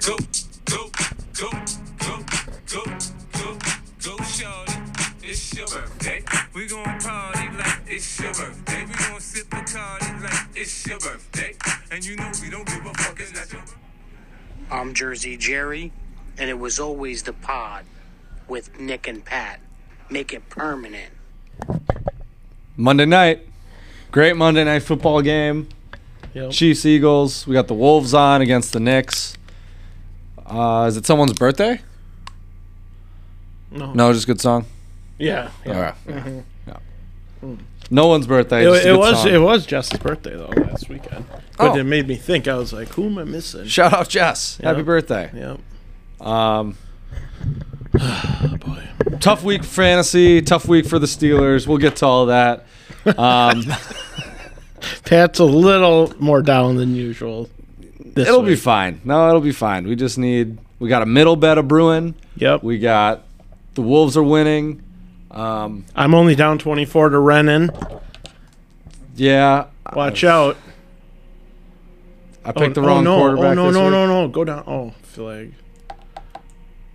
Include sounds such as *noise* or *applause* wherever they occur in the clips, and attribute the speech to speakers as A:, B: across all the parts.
A: Go, go, go, go, go, go, go, shorty. It's your birthday. We gon' party like it's your birthday. We gon' sip a card like it's your birthday. And you know we don't give a fuck. It's not your birthday.
B: I'm um, Jersey Jerry, and it was always the pod with Nick and Pat. Make it permanent.
C: Monday night. Great Monday night football game.
D: Yep.
C: Chiefs Eagles. We got the Wolves on against the Knicks. Uh, is it someone's birthday?
D: No.
C: No, just good song.
D: Yeah. yeah.
C: All right. Yeah. No one's birthday. just
D: It,
C: a
D: it
C: good
D: was
C: song.
D: it was Jess's birthday though last weekend, but
C: Oh.
D: it made me think. I was like, who am I missing?
C: Shout out Jess. Happy
D: Yeah.
C: birthday.
D: yep.
C: Um,
D: Oh *sighs* boy.
C: tough week for fantasy. Tough week for the Steelers. We'll get to all that. Um,
D: Pat's a little more down than usual. This
C: it'll be
D: week.
C: fine. No, it'll be fine. We just need. We got a middle bet of brewing.
D: Yep.
C: We got the Wolves are winning. Um,
D: I'm only down 24 to Renan.
C: yeah,
D: Watch out.
C: I picked the
D: oh,
C: wrong
D: no.
C: quarterback.
D: Oh no
C: this
D: no
C: week.
D: no no. Go down. Oh flag.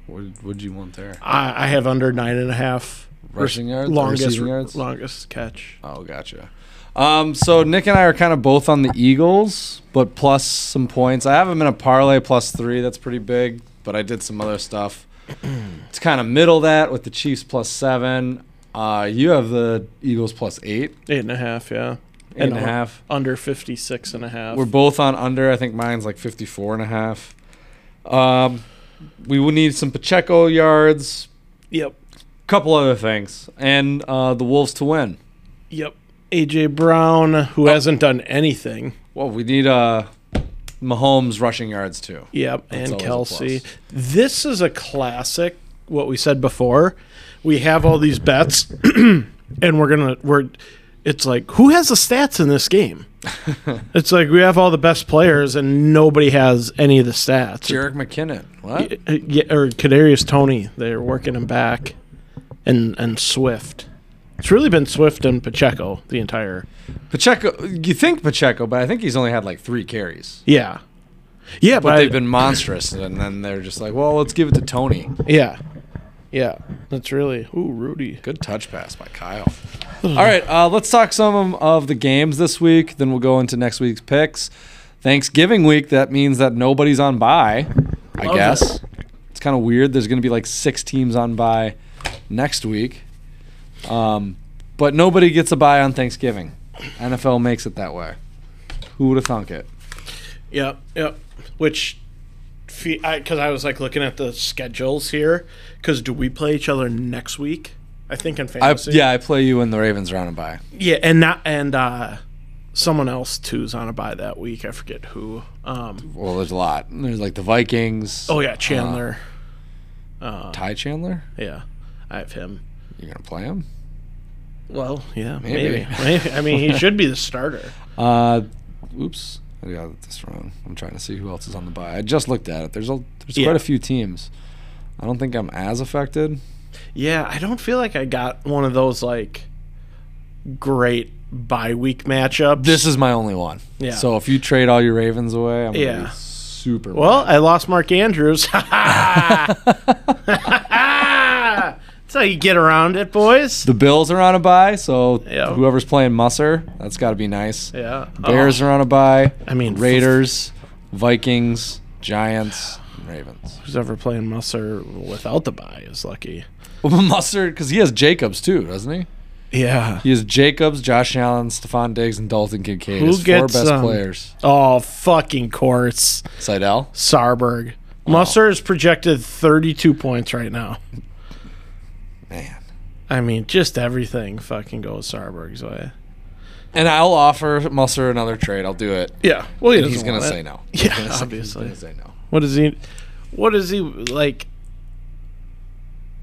C: What would you want there?
D: I, I have under nine and a half.
C: Rushing yards, or
D: longest
C: receiving yards?
D: longest catch.
C: Oh, gotcha. Um, so Nick and I are kind of both on the Eagles, but plus some points. I have them in a parlay plus three. That's pretty big, but I did some other stuff. *clears throat* it's kind of middle that with the Chiefs plus seven. Uh, you have the Eagles plus eight,
D: Eight and a half. Yeah.
C: eight and a half.
D: un- Under 56 and a half.
C: We're both on under. I think mine's like 54 and a half. Um, we will need some Pacheco yards,
D: yep.
C: couple other things, and uh, the Wolves to win.
D: Yep. AJ Brown, who
C: Oh.
D: hasn't done anything.
C: Well, we need uh, Mahomes rushing yards too.
D: Yep,
C: That's
D: and
C: always a
D: Kelsey.
C: plus.
D: This is a classic. What we said before, we have all these bets, *clears throat* and we're gonna we're. It's like who has the stats in
C: *laughs*
D: this game? it's like we have all the best players, and nobody has any of the stats.
C: Jarek McKinnon. What?
D: Uh, yeah, or Kadarius Tony. They're working him back, and and Swift. It's really been Swift and Pacheco the entire.
C: Pacheco. You think Pacheco, but I think he's only had like three carries.
D: Yeah, yeah,
C: But
D: I-
C: they've been monstrous, and then they're just like, well, let's give it to Tony.
D: yeah, yeah. That's really ooh Rudy.
C: Good touch pass by Kyle. All right, uh, let's talk some of the games this week. Then we'll go into next week's picks. Thanksgiving week. That means that nobody's on bye. I
D: Love
C: guess
D: it.
C: it's kind of weird. There's going to be like six teams on bye next week, um, but nobody gets a bye on Thanksgiving. NFL makes it that way. Who would have thunk it?
D: Yep, yep. Which, because I, 'cause I was like looking at the schedules here. Because do we play each other next week? I think in
C: I,
D: fantasy.
C: yeah, I play you in the Ravens round and bye.
D: yeah, and not and uh, someone else too's on a buy that week. I forget who. Um,
C: Well, there's a lot. There's like the Vikings.
D: oh yeah, Chandler.
C: Ty Chandler.
D: yeah, I have him.
C: You're gonna play him?
D: Well, yeah,
C: Maybe.
D: maybe. maybe. I mean, he should be the starter.
C: Uh, oops, I got this wrong. I'm trying to see who else is on the buy. I just looked at it. There's a there's
D: Yeah.
C: quite a few teams. I don't think I'm as affected.
D: Yeah, I don't feel like I got one of those like great bye week matchups.
C: This is my only one.
D: Yeah.
C: So if you trade all your Ravens away, I'm gonna
D: Yeah.
C: be super.
D: Well, I lost Mark Andrews. *laughs* That's how you get around it, boys.
C: the Bills are on a buy, so
D: Yeah.
C: whoever's playing Musser, that's got to be nice.
D: Yeah.
C: Bears are on a buy.
D: I mean, f-
C: Raiders, Vikings, Giants, *sighs* Ravens. *laughs*
D: Oh, who's ever playing Musser without the bye is lucky.
C: Musser, because he has Jacobs too, doesn't he?
D: Yeah.
C: He has Jacobs, Josh Allen, Stephon Diggs, and Dalton Kincaid.
D: Who
C: His four
D: gets,
C: best
D: um,
C: players.
D: Oh, fucking course.
C: Seidel.
D: Sarberg. Musser is projected 32 points right now.
C: Man.
D: I mean, just everything fucking goes Sarberg's way.
C: And I'll offer Musser another trade. I'll do it.
D: Yeah. Well, he
C: And he's
D: doesn't
C: gonna
D: want
C: say
D: it.
C: no.
D: Yeah,
C: He's gonna
D: obviously.
C: Say, he's gonna say no.
D: What is he? What is he like?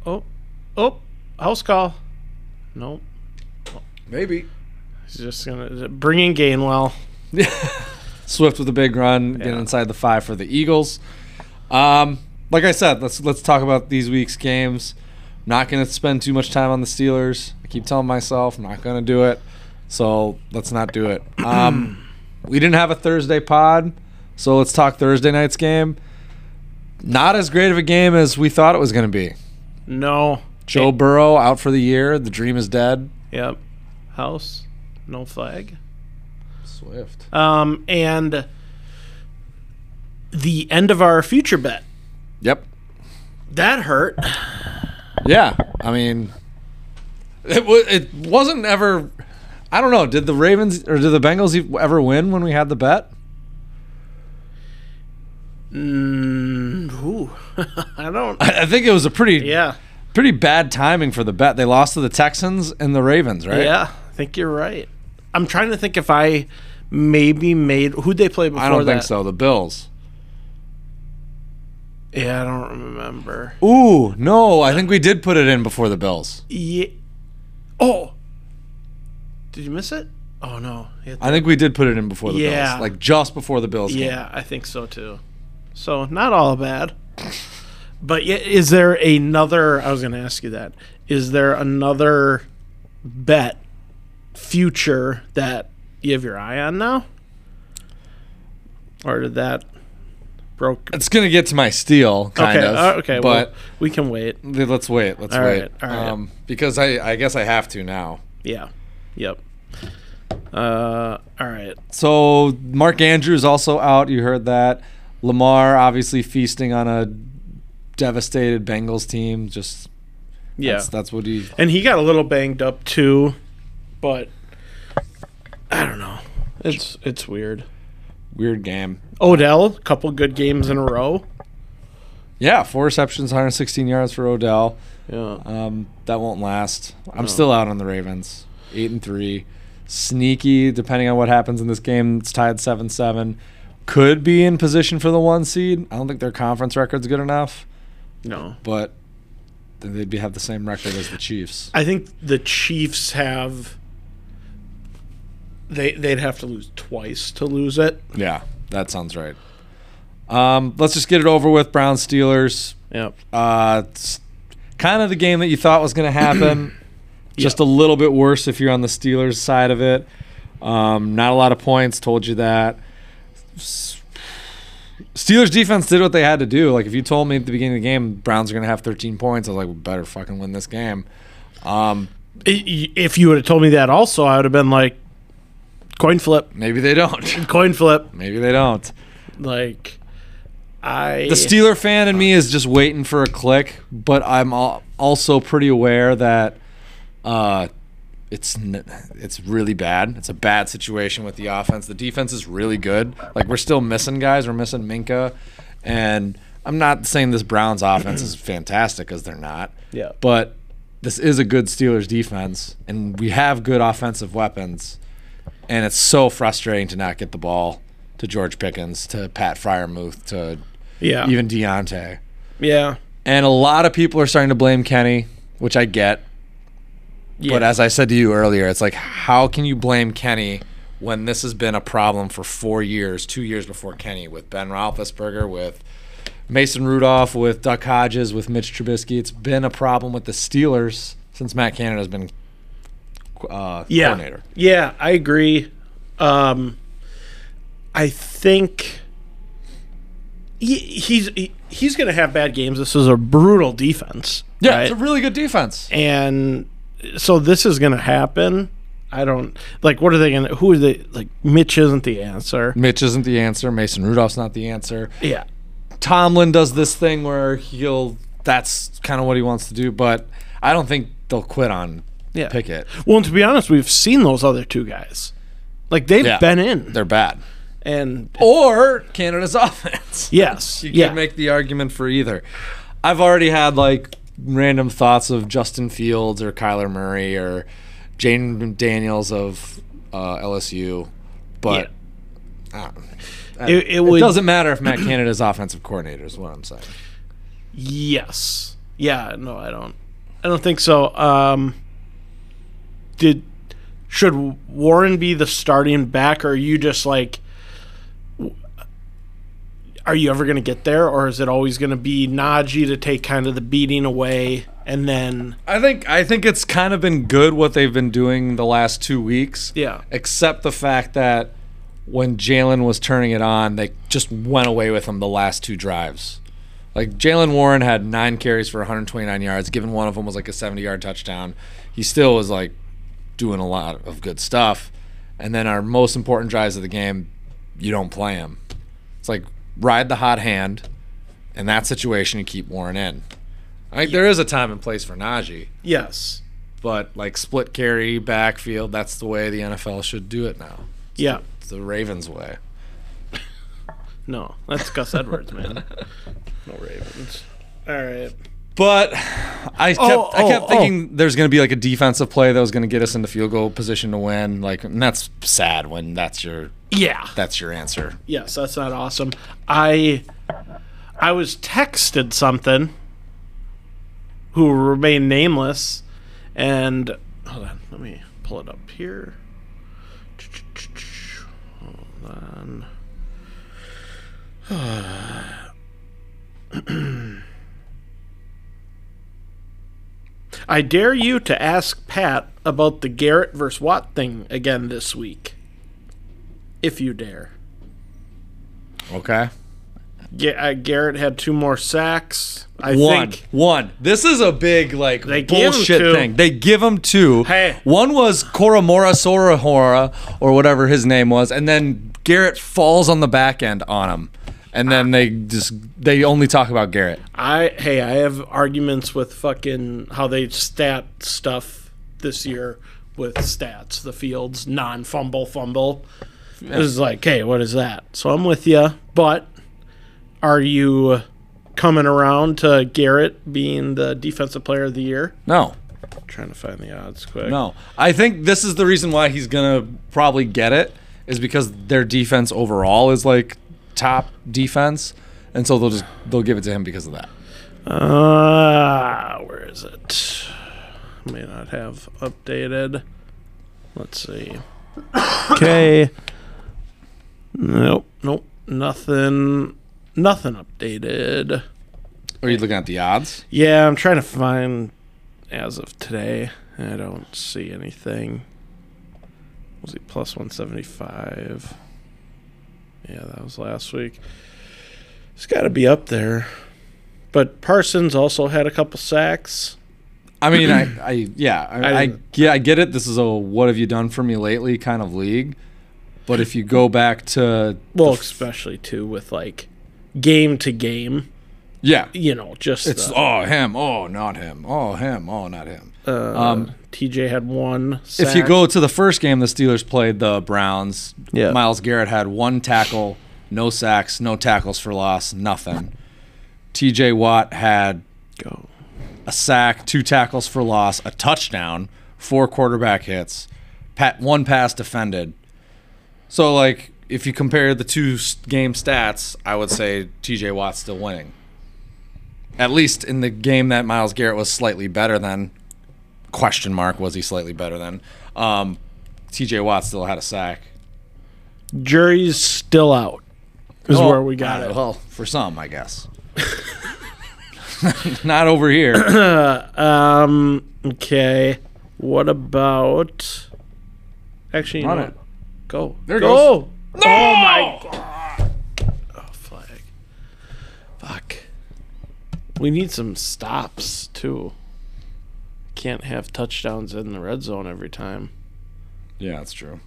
D: Oh, oh, house call. Nope.
C: Maybe.
D: He's just gonna bring in Gainwell.
C: Swift with a big run, getting
D: Yeah.
C: inside the five for the Eagles. Um, like I said, let's let's talk about these week's games. Not gonna spend too much time on the Steelers. I keep telling myself I'm not gonna do it. So let's not do
D: *clears throat*
C: it. Um, we didn't have a Thursday pod, so let's talk Thursday night's game. Not as great of a game as we thought it was going to be.
D: No.
C: Joe Burrow out for the year. The dream is dead.
D: Yep. House. No flag.
C: Swift.
D: Um, and the end of our future bet.
C: Yep.
D: That hurt. *sighs*
C: Yeah. I mean, it was. It wasn't ever. I don't know. Did the Ravens or did the Bengals e- ever win when we had the bet? *clears throat*
D: Ooh. *laughs* I don't.
C: I think it was a pretty
D: Yeah.
C: pretty bad timing for the bet. They lost to the Texans and the Ravens, right?
D: Yeah. I think you're right. I'm trying to think if I maybe made who'd they play before
C: I don't think
D: that?
C: so. The Bills.
D: Yeah, I don't remember.
C: Ooh, no. I think we did put it in before the Bills.
D: Yeah. Oh. Did you miss it? Oh no. It-
C: I think we did put it in before the
D: Yeah.
C: Bills. Like just before the Bills. game.
D: yeah, I think so too. So not all bad. But yeah, is there another? I was going to ask you that. Is there another bet future that you have your eye on now, or did that broke?
C: It's gonna get to my steal, kind
D: okay,
C: of.
D: uh, okay,
C: But
D: well, we can wait.
C: Th- Let's wait. Let's
D: All
C: wait.
D: right, all right.
C: Um, because I, I guess I have to now.
D: Yeah, yep. Uh, all right.
C: So Mark Andrews also out. You heard that. Lamar obviously feasting on a devastated Bengals team. Just
D: Yeah,
C: that's, that's what he.
D: and he got a little banged up too, but I don't know. It's it's weird.
C: Weird game.
D: Odell, couple good games in a row.
C: Yeah, four receptions, 116 yards for Odell.
D: Yeah.
C: Um, that won't last.
D: Oh.
C: I'm still out on the Ravens. Eight and three, sneaky. Depending on what happens in this game, it's tied seven seven. Could be in position for the one seed. I don't think their conference record's good enough.
D: No.
C: but then they'd be have the same record as the Chiefs.
D: I think the Chiefs have they they'd have to lose twice to lose it.
C: Yeah, that sounds right. Um, let's just get it over with. Brown Steelers.
D: Yep.
C: Uh, it's kind of the game that you thought was going to happen. just a little bit worse if you're on the Steelers side of it. Um, not a lot of points. Told you that. S- Steelers defense did what they had to do. Like if you told me at the beginning of the game Browns are going to have 13 points, I was like, we better fucking win this game. Um,
D: If you would have told me that also, I would have been like coin flip,
C: maybe they don't. *laughs*
D: coin flip.
C: maybe they don't.
D: Like I
C: The Steeler fan in me is just waiting for a click, but I'm al- also pretty aware that uh, it's n- it's really bad. It's a bad situation with the offense. The defense is really good. Like we're still missing guys. We're missing Minka, and I'm not saying this Browns offense is fantastic because they're not.
D: Yeah.
C: But this is a good Steelers defense, and we have good offensive weapons, and it's so frustrating to not get the ball to George Pickens, to Pat Fryermuth, to
D: yeah.
C: even Deontay.
D: yeah.
C: And a lot of people are starting to blame Kenny, which I get.
D: Yeah.
C: But as I said to you earlier, it's like, how can you blame Kenny when this has been a problem for four years, two years before Kenny, with Ben Roethlisberger, with Mason Rudolph, with Duck Hodges, with Mitch Trubisky? It's been a problem with the Steelers since Matt Canada has been uh,
D: yeah.
C: coordinator.
D: Yeah, I agree. Um, I think he, he's he, he's going to have bad games. This is a brutal defense.
C: Yeah,
D: right?
C: it's a really good defense.
D: and so this is going to happen. I don't like. What are they going to? Who are they? Like Mitch isn't the answer.
C: Mitch isn't the answer. Mason Rudolph's not the answer.
D: Yeah,
C: Tomlin does this thing where he'll that's kind of what he wants to do, but I don't think they'll quit on
D: yeah.
C: Pickett.
D: Well, and to be honest, we've seen those other two guys. Like they've
C: Yeah.
D: been in,
C: They're bad.
D: and
C: Or Canada's *laughs* offense.
D: yes,
C: You
D: yeah,
C: could make the argument for either. I've already had like random thoughts of Justin Fields or Kyler Murray or Jane Daniels of uh, LSU, but I don't know.
D: it, it
C: it
D: would
C: doesn't matter if Matt Canada's offensive coordinator is what I'm saying.
D: Yes. Yeah. No, I don't. I don't think so. Um, did should Warren be the starting back, or are you just like, w- are you ever going to get there, or is it always going to be Najee to take kind of the beating away, and then
C: I think I think it's kind of been good what they've been doing the last two weeks.
D: Yeah.
C: Except the fact that when Jalen was turning it on, they just went away with him the last two drives. Like Jalen Warren had nine carries for 129 yards. Given one of them was like a 70 yard touchdown, he still was like doing a lot of good stuff. And then our most important drives of the game, you don't play him. It's like ride the hot hand in that situation and keep Warren in. I think there is a time and place for Najee,
D: Yes.
C: but like split carry backfield, that's the way the NFL should do it now.
D: Yeah.
C: It's the Ravens way.
D: No, that's Gus Edwards, man. *laughs* No Ravens. All right.
C: But I kept,
D: Oh,
C: I kept
D: oh,
C: thinking there's going to be like a defensive play that was going to get us into field goal position to win. Like, and that's sad when that's your
D: Yeah.
C: that's your answer.
D: Yes, that's not awesome. I I was texted something who will remain nameless and hold on, let me pull it up here. *sighs* Hold on. I dare you to ask Pat about the Garrett versus Watt thing again this week. If you dare.
C: Okay,
D: Yeah, uh, Garrett had two more sacks. I
C: one,
D: think
C: one. This is a big like
D: They give 'em
C: bullshit
D: two.
C: thing. They give them two.
D: Hey.
C: one was Koromora Sorahora or whatever his name was, and then Garrett falls on the back end on him, and then they just they only talk about Garrett.
D: I hey, I have arguments with fucking how they stat stuff this year with stats, the fields non fumble fumble. This is like, hey, what is that? So I'm with you, but are you coming around to Garrett being the defensive player of the year?
C: No,
D: trying to find the odds quick.
C: No, I think this is the reason why he's gonna probably get it is because their defense overall is like top defense, and so they'll just they'll give it to him because of that.
D: Uh, where is it? May not have updated. Let's see. Okay. *coughs* nope. Nope. Nothing. Nothing updated.
C: Are you looking at the odds?
D: Yeah, I'm trying to find as of today. I don't see anything. Was he plus 175? Yeah, that was last week. It's got to be up there. But Parsons also had a couple sacks.
C: I mean, I, I yeah, I,
D: I
C: I
D: didn't-
C: yeah, I get it. This is a what have you done for me lately kind of league, but if you go back to
D: Well, especially too with like game to game,
C: yeah,
D: you know, just
C: it's
D: the-
C: oh him, oh not him, oh him, oh not him. um,
D: TJ had one. Sack.
C: If you go to the first game the Steelers played the Browns,
D: Yeah.
C: Miles Garrett had one tackle, no sacks, no tackles for loss, nothing. TJ Watt had
D: go,
C: a sack, two tackles for loss, a touchdown, four quarterback hits, pat, one pass defended. So, like, if you compare the two s- game stats, I would say TJ Watt's still winning. At least in the game that Miles Garrett was slightly better than, question mark, was he slightly better than? Um, TJ Watt still had a sack.
D: jury's still out. Is
C: Oh,
D: where we got
C: uh,
D: it.
C: Well, for some, I guess. *laughs* Not over
D: *coughs*
C: here.
D: Um. Okay. What about? Actually, you know
C: Run
D: what?
C: it.
D: Go.
C: There it
D: go. goes. Oh my god. Oh flag. Fuck. We need some stops too. Can't have touchdowns in the red zone every time.
C: Yeah, that's true.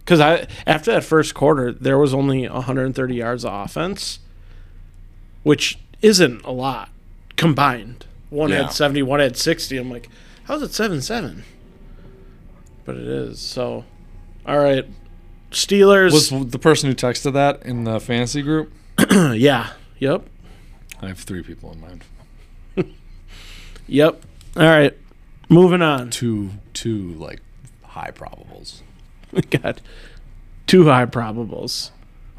D: Because I after that first quarter, there was only 130 yards of offense, which isn't a lot combined. One
C: Yeah.
D: had 70, one had 60. I'm like, how's it seven seven? But it is. So, all right, Steelers.
C: Was the person who texted that in the fantasy group?
D: uh, yeah. Yep.
C: I have three people in mind.
D: Yep. All right.
C: *laughs*
D: Moving on.
C: Two, two like high probables.
D: God, too high probables.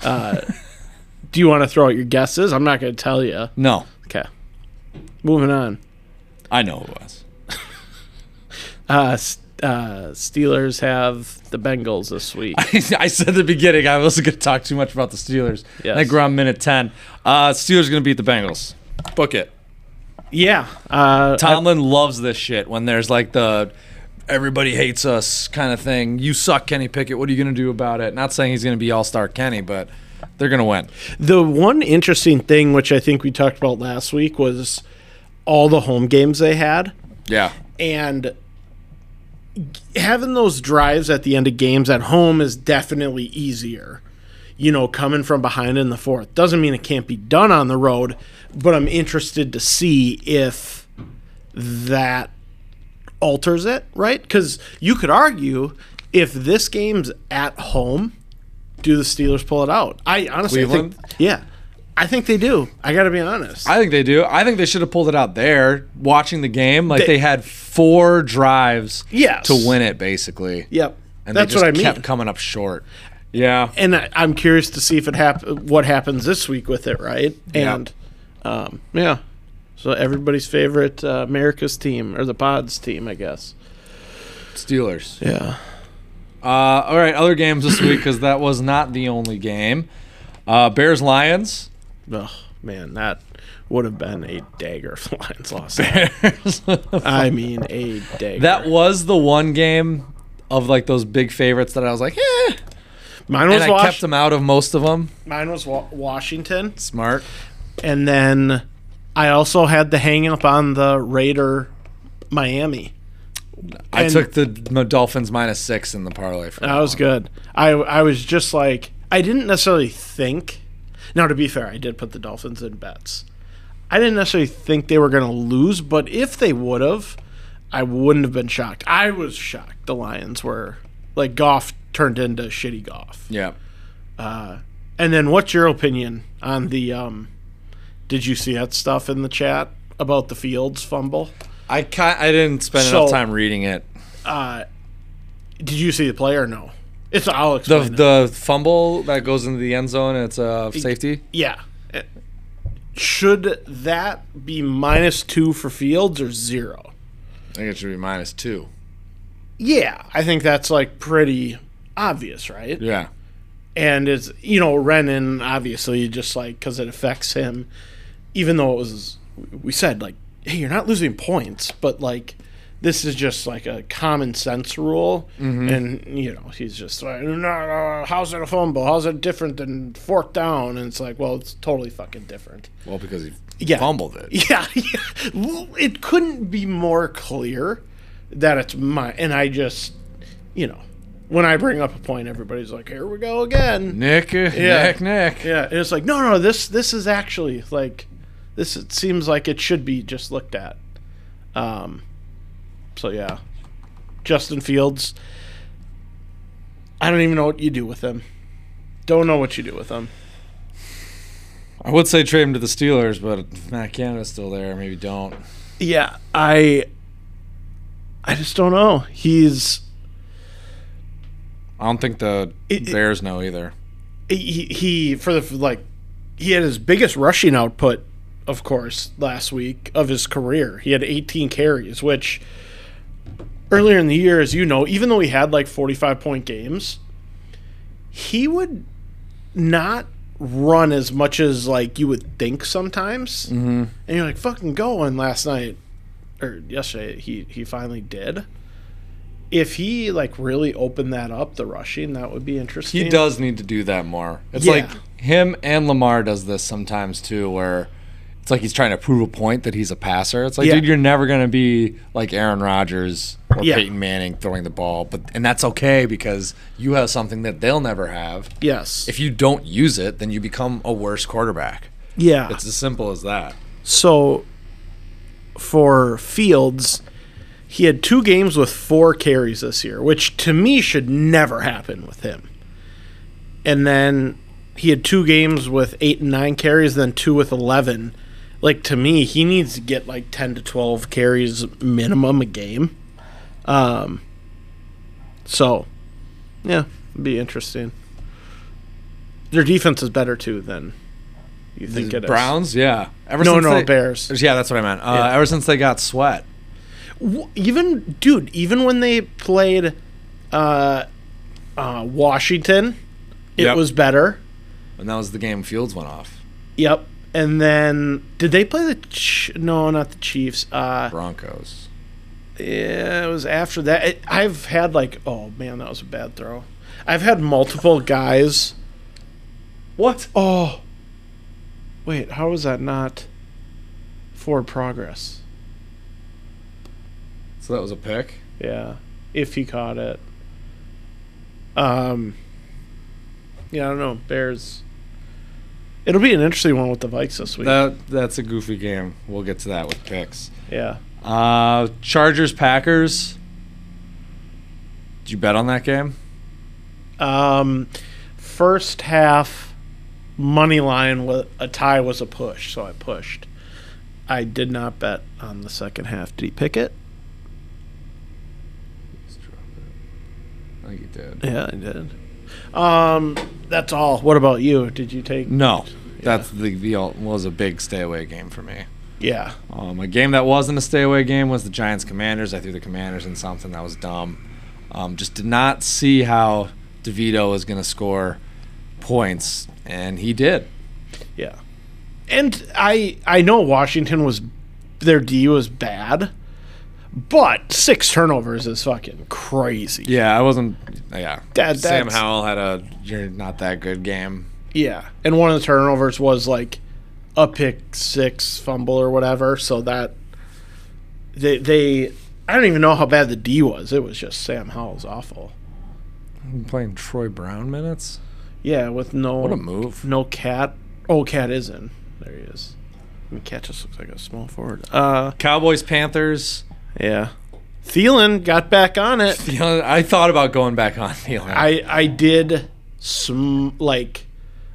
D: Uh,
C: *laughs*
D: do you want to throw out your guesses? I'm not going to tell you.
C: No,
D: Okay. Moving on.
C: I know who it was. *laughs*
D: Uh, S- uh, Steelers have the Bengals this week.
C: I said at the beginning I wasn't going to talk too much about the Steelers.
D: Yes.
C: I think we're on minute ten. Uh, Steelers going to beat the Bengals. Book it.
D: *laughs* yeah. Uh,
C: Tomlin loves this shit when there's like the everybody hates us kind of thing. You suck, Kenny Pickett. What are you going to do about it? Not saying he's going to be all star Kenny, but They're gonna win.
D: The one interesting thing, which I think we talked about last week, was all the home games they had
C: Yeah.
D: and having those drives at the end of games at home is definitely easier. You know, coming from behind in the fourth doesn't mean it can't be done on the road, but I'm interested to see if that alters it, right? Because you could argue if this game's at home, do the Steelers pull it out? I honestly
C: Cleveland?
D: think, yeah, I think they do. I got to be honest.
C: I think they do. I think they should have pulled it out there watching the game. Like they,
D: They-
C: had four drives
D: Yes.
C: to win it basically.
D: yep,
C: And
D: that's
C: they just
D: what I mean.
C: kept coming up short. Yeah.
D: and I, I'm curious to see if it hap- what happens this week with it, right?
C: Yeah.
D: And um, yeah, so everybody's favorite uh, America's team or the Pods team, I guess.
C: Steelers.
D: Yeah,
C: Uh, all right, other games this week because that was not the only game. Uh, Bears Lions. *laughs*
D: oh man, that would have been a dagger *laughs* if the
C: *laughs*
D: Lions lost.
C: that
D: I mean, a dagger.
C: was the one game of like those big favorites that I was like, eh.
D: mine
C: And
D: was
C: I
D: Wash-
C: kept them out of most of them.
D: mine was wa- Washington,
C: Smart.
D: and then I also had the hang up on the Raider Miami.
C: I
D: And- Uh,
C: took the Dolphins minus six in the parlay. For
D: That was good. I I was just like I didn't necessarily think. Now to be fair, I did put the Dolphins in bets. I didn't necessarily think they were going to lose, but if they would have, I wouldn't have been shocked. I was shocked. The Lions were like Goff turned into shitty Goff.
C: Yeah.
D: And then, what's your opinion on the? um Did you see that stuff in the chat about the Fields fumble?
C: I ki- I didn't spend enough
D: So-
C: time reading it.
D: Uh, Did you see the play or no? It's I'll
C: The
D: explain. it.
C: the fumble that goes into the end zone. It's a safety.
D: Yeah. Should that be minus two for Fields or zero?
C: I think it should be minus two.
D: Yeah, I think that's like pretty obvious, right?
C: Yeah.
D: And it's you know Rennan obviously just like because it affects him, even though it was we said like hey you're not losing points, but like this is just like a common sense rule, and you know he's just like no, no, how's it a fumble? How's it different than fourth down? And it's like well it's totally fucking different.
C: Well, because he
D: Yeah.
C: fumbled it.
D: Yeah, *laughs* yeah. L- It couldn't be more clear that it's my. And I just, you know, when I bring up a point, everybody's like, "Here we go again."
C: Nick. uh, Nick. Nick.
D: Yeah, and it's like, no, no, this this is actually like, this it seems like it should be just looked at. Um, so yeah, Justin Fields. I don't even know what you do with him. Don't know what you do with him.
C: I would say trade him to the Steelers, but if Matt Canada's still there. Maybe don't.
D: Yeah, I I just don't know. He's
C: I don't think the
D: It- it-
C: Bears know either.
D: he, he for the for, like he had his biggest rushing output of course last week of his career he had 18 carries which earlier in the year as you know even though he had like 45 point games he would not run as much as like you would think sometimes mm-hmm. and you're like fucking go and last night or yesterday he he finally did if he like really opened that up the rushing that would be interesting
C: He does need to do that more. It's
D: Yeah.
C: like him and Lamar does this sometimes too, where it's like he's trying to prove a point that he's a passer. It's like,
D: Yeah.
C: dude, you're never gonna be like Aaron Rodgers or
D: Yeah.
C: Peyton Manning throwing the ball, but and that's okay because you have something that they'll never have.
D: Yes.
C: If you don't use it, then you become a worse quarterback.
D: yeah.
C: It's as simple as that.
D: so for Fields, he had two games with four carries this year, which to me should never happen with him. And then he had two games with eight and nine carries, then two with 11. Like, to me, he needs to get like 10 to 12 carries minimum a game. Um, so, yeah, it'd be interesting. Their defense is better, too, than you think it is.
C: Browns, yeah. Ever
D: No,
C: since
D: no,
C: they-
D: Bears.
C: Yeah, that's what I meant. Uh, Ever since they got sweat,
D: W- even dude even when they played uh uh washington it
C: Yep.
D: was better
C: and that was the game Fields went off.
D: yep and then did they play the Ch- no not the chiefs uh
C: Broncos.
D: yeah it was after that it, i've had like oh man that was a bad throw i've had multiple guys
C: What?
D: Oh. Wait, how is that not for progress?
C: So that was a pick.
D: Yeah. If he caught it. Um Yeah, I don't know. Bears It'll be an interesting one with the Vikes this week.
C: That that's a goofy game. We'll get to that with picks.
D: yeah.
C: Uh, Chargers Packers. Did you bet on that game?
D: Um first half money line with a tie was a push, so I pushed. I did not bet on the second half. Did he pick it?
C: I think Oh, you did.
D: Yeah, I did. Um that's all. What about you? Did you take
C: No, that's the, the all- was a big stay away game for me.
D: Yeah.
C: Um, a game that wasn't a stay away game was the Giants Commanders. I threw the Commanders in something that was dumb. Um, just did not see how DeVito was going to score points, and he did.
D: Yeah. And I I know Washington was their D was bad, but six turnovers is fucking crazy.
C: Yeah, I wasn't. Yeah,
D: That-
C: Sam
D: that's-
C: Howell had a you're not that good game.
D: Yeah. And one of the turnovers was like a pick six fumble or whatever, so that they they I don't even know how bad the D was. It was just Sam Howell's awful.
C: Playing Troy Brown minutes.
D: Yeah, with no
C: What a move.
D: No cat. Oh, cat is in. There he is. I mean, cat just looks like a small forward. Uh,
C: Cowboys Panthers.
D: yeah. Thielen got back on it.
C: You know, I thought about going back on Thielen.
D: I I did sm- like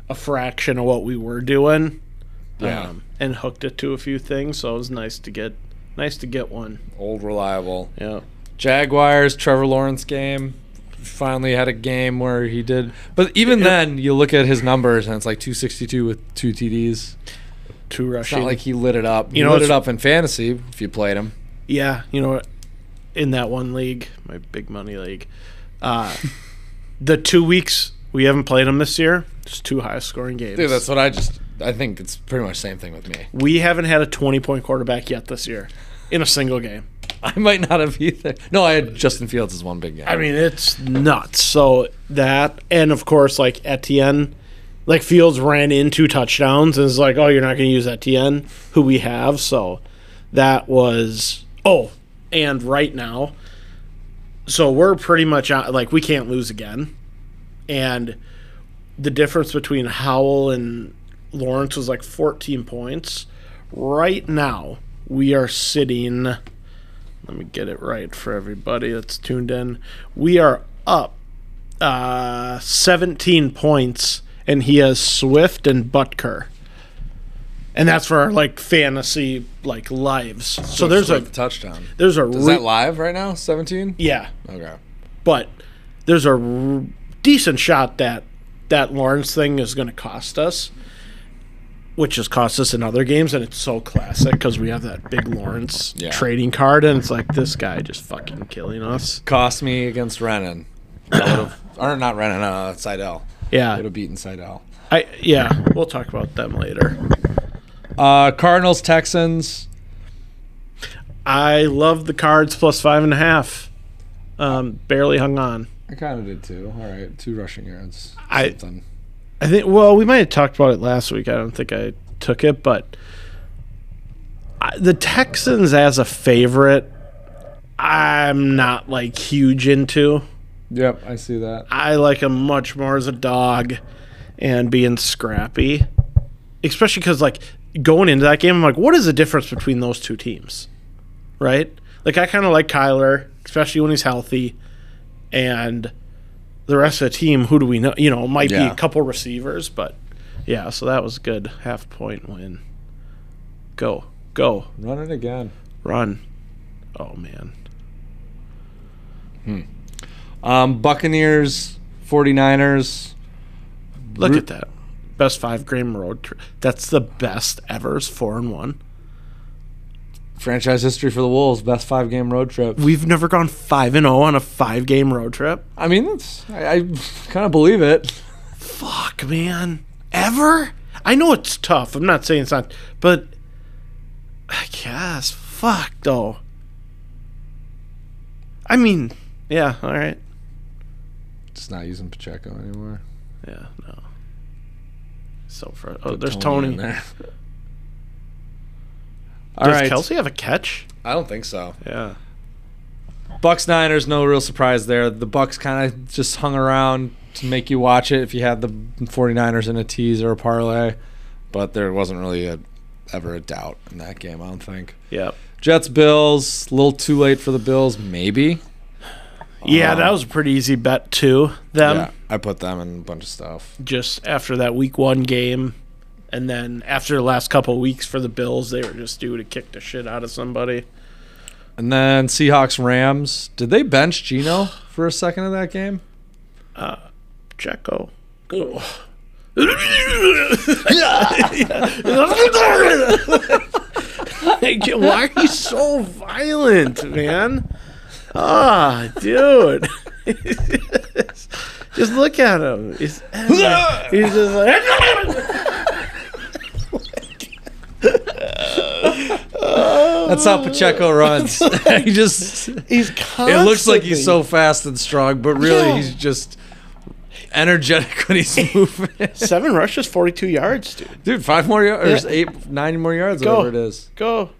D: a fraction of what we were doing, um,
C: yeah,
D: and hooked it to a few things. So it was nice to get nice to get one.
C: old reliable.
D: Yeah,
C: Jaguars, Trevor Lawrence game. Finally had a game where he did. But even then, you look at his numbers and it's like 262 with two TDs.
D: two
C: It's not
D: rushing.
C: like he lit it up. You
D: You know,
C: know, lit it
D: it's-
C: up in fantasy if you played him.
D: yeah, you know, what? in that one league, my big money league,
C: *laughs*
D: uh, the two weeks we haven't played them this year, just two highest scoring games.
C: Dude, that's what I just. I think it's pretty much the same thing with me.
D: we haven't had a twenty point quarterback yet this year in a single game.
C: *laughs* I might not have either. No, I had Justin Fields as one big game.
D: I mean, it's nuts. So that, and of course, like Etienne, like Fields ran in two touchdowns and is like, oh, you're not going to use Etienne, who we have. So that was, oh, and right now, so we're pretty much out, like, we can't lose again. And the difference between Howell and Lawrence was like 14 points. Right now, we are sitting let me get it right for everybody that's tuned in. We are up uh, 17 points, and he has Swift and Butker. And that's for our like fantasy like lives. So, there's
C: Swift
D: a
C: touchdown.
D: there's a
C: Is
D: re-
C: that live right now? 17?
D: yeah,
C: Okay.
D: but there's a r- decent shot that that Lawrence thing is going to cost us, which has cost us in other games, and it's so classic because we have that big Lawrence
C: Yeah.
D: trading card, and it's like this guy just fucking killing us.
C: Cost me against Rennan. I would have. Or not Rennan, uh, Seidel. I would
D: Yeah,
C: have beaten Seidel.
D: I yeah, we'll talk about them later.
C: Uh, Cardinals, Texans.
D: I love the cards plus five and a half. Um, barely hung on.
C: I kind of did too. All right, two rushing yards.
D: I-
C: something.
D: I think. Well, we might have talked about it last week. I don't think I took it, but I, the Texans as a favorite, I'm not like huge into.
C: Yep, I see that.
D: I like them much more as a dog and being scrappy, especially because like going into that game, I'm like, what is the difference between those two teams, right? Like I kind of like Kyler, especially when he's healthy, and the rest of the team. Who do we know? You know, it might be
C: Yeah.
D: a couple receivers, but yeah. So that was a good half point win. Go, go,
C: Run it again.
D: run! Oh man,
C: Um, Buccaneers, 49ers.
D: Look at that. Best five game road trip. That's the best ever. Is four and one.
C: Franchise history for the Wolves. Best five game road trip.
D: We've never gone five and zero on a five game road trip.
C: I mean, that's, I, I kind of believe it.
D: Fuck, man. Ever? I know it's tough. I'm not saying it's not, but I guess fuck though. I mean, yeah. All right.
C: Just not using Pacheco anymore.
D: Yeah. No. So for oh, there's
E: in
D: Tony.
E: there.
C: All
D: Does
C: right.
D: Kelsey have a catch?
C: I don't think so.
D: Yeah.
C: Bucks Niners, no real surprise there. The Bucks kind of just hung around to make you watch it if you had the 49ers in a tease or a parlay, but there wasn't really a, ever a doubt in that game, I don't think.
D: Yep.
C: Jets Bills, a little too late for the Bills, maybe.
D: Yeah, that was a pretty easy bet too. Them
C: yeah, I put them in a bunch of stuff.
D: just after that week one game, and then after the last couple weeks for the Bills, they were just due to kick the shit out of somebody.
C: And then Seahawks Rams, did they bench Geno for a second of that game?
D: *laughs* Checo. Why are you so violent, man? Ah, dude. *laughs* just look at him. He's, he's just like.
C: That's how Pacheco runs. *laughs* he just
E: He's
C: It looks like he's so fast and strong, but really
E: Yeah.
C: he's just energetic *laughs* when
D: *laughs*
C: he's moving.
D: Seven rushes, 42 yards, dude.
C: Dude, five more yards, eight, nine more yards,
D: Go.
C: whatever it is.
D: Go.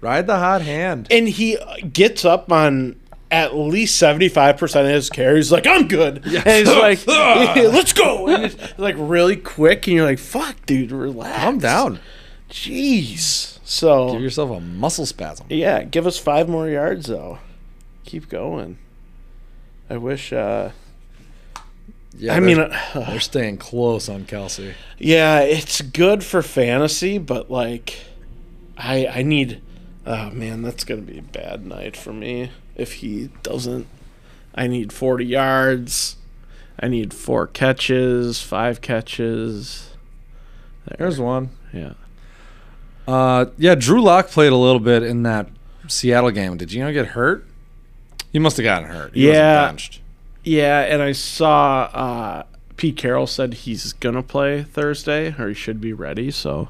C: Ride the hot hand.
D: and he gets up on at least seventy five percent of his carries. He's like, I'm good, and
C: *laughs*
D: he's like,
C: Ah.
D: *laughs* let's go, and it's like really quick, and you're like, fuck, dude, relax,
C: Calm down.
D: jeez. So
C: Give yourself a muscle spasm.
D: yeah, give us five more yards though. Keep going. I wish. uh
C: Yeah, they're-
D: I mean, uh,
C: they're staying close on Kelsey.
D: yeah, it's good for fantasy, but like, I I need. Oh man, that's gonna be a bad night for me if he doesn't. I need forty yards. I need four catches, five catches.
C: There's one.
D: Yeah.
C: Uh, yeah, Drew Lock played a little bit in that Seattle game. Did Gino get hurt? He must have gotten hurt. He
D: Yeah.
C: Wasn't benched.
D: Yeah, and I saw uh, Pete Carroll said he's gonna play Thursday, or he should be ready. So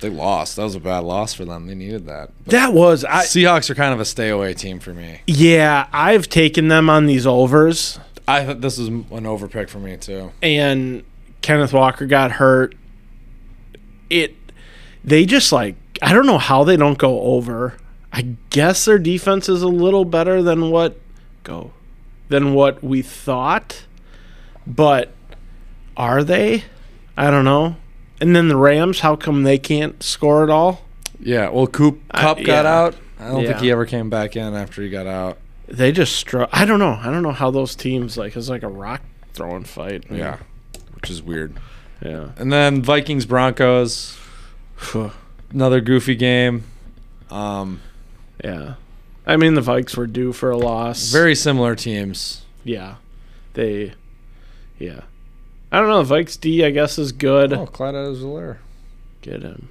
C: They lost. That was a bad loss for them. They needed that.
D: that was I.
C: Seahawks are kind of a stay away team for me.
D: Yeah, I've taken them on these overs.
C: I thought this was an overpick for me too.
D: and Kenneth Walker got hurt. It they just like I don't know how they don't go over. I guess their defense is a little better than what go than what we thought. But are they? I don't know. And then the Rams, how come they can't score at all?
C: Yeah, well, Coop Cup got
D: yeah.
C: out. I don't think
D: Yeah.
C: he ever came back in after he got out.
D: They just struggle. I don't know. I don't know how those teams like it's like a rock throwing fight. man.
C: Yeah, which is weird.
D: Yeah.
C: And then Vikings Broncos, *sighs* another goofy game. Um,
D: Yeah. I mean the Vikes were due for a loss.
C: very similar teams.
D: Yeah. They yeah. I don't know, Vikes D I guess is good.
C: Oh, Clyde Edwards-Helaire.
D: Get him.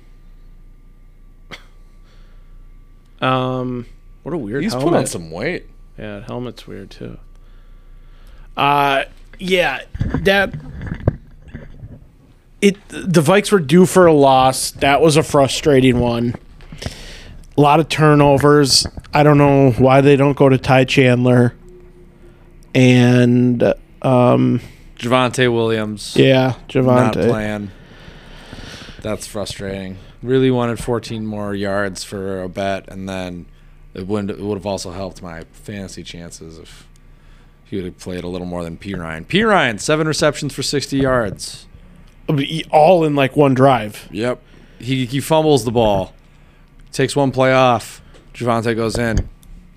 D: Um what a weird
C: He's
D: helmet.
C: put on some weight.
D: yeah, the helmet's weird too. Uh yeah, that it the Vikes were due for a loss. That was a frustrating one. A lot of turnovers. I don't know why they don't go to Ty Chandler. And um
C: Javante Williams
D: Yeah,
C: not
D: Javante.
C: playing. That's frustrating. Really wanted 14 more yards for a bet, and then it wouldn't. It would have also helped my fantasy chances if he would have played a little more than P Ryan. P Ryan seven receptions for 60 yards.
D: All in like one drive.
C: Yep. He he fumbles the ball, takes one play off. Javante goes in.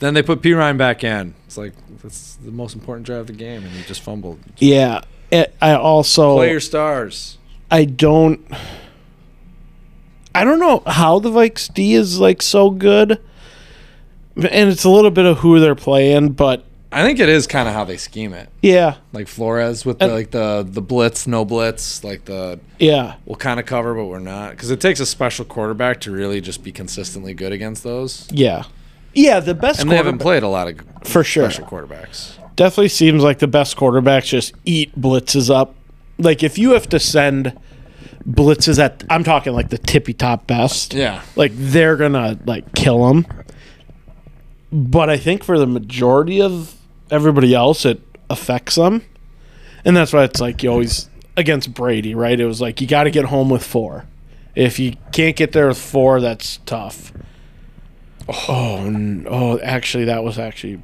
C: Then they put P Ryan back in. It's like that's the most important drive of the game, and he just fumbled.
D: Yeah. It, I also
C: Play your stars.
D: I don't I don't know how the Vikes D is like so good. And it's a little bit of who they're playing, but
C: I think it is kind of how they scheme it.
D: yeah.
C: like Flores with the, like the the blitz, no blitz, like the
D: Yeah.
C: we'll kind of cover, but we're not because it takes a special quarterback to really just be consistently good against those.
D: Yeah. Yeah, the best
C: And they haven't
D: quarterback-
C: played a lot of
D: for sure.
C: special quarterbacks.
D: Definitely seems like the best quarterbacks just eat blitzes up. Like if you have to send blitzes at I'm talking like the tippy top best.
C: Yeah,
D: like they're gonna like kill him. But I think for the majority of everybody else, it affects them, and that's why it's like you always against Brady, right? It was like you got to get home with four. If you can't get there with four, that's tough. Oh, n- oh, actually, that was actually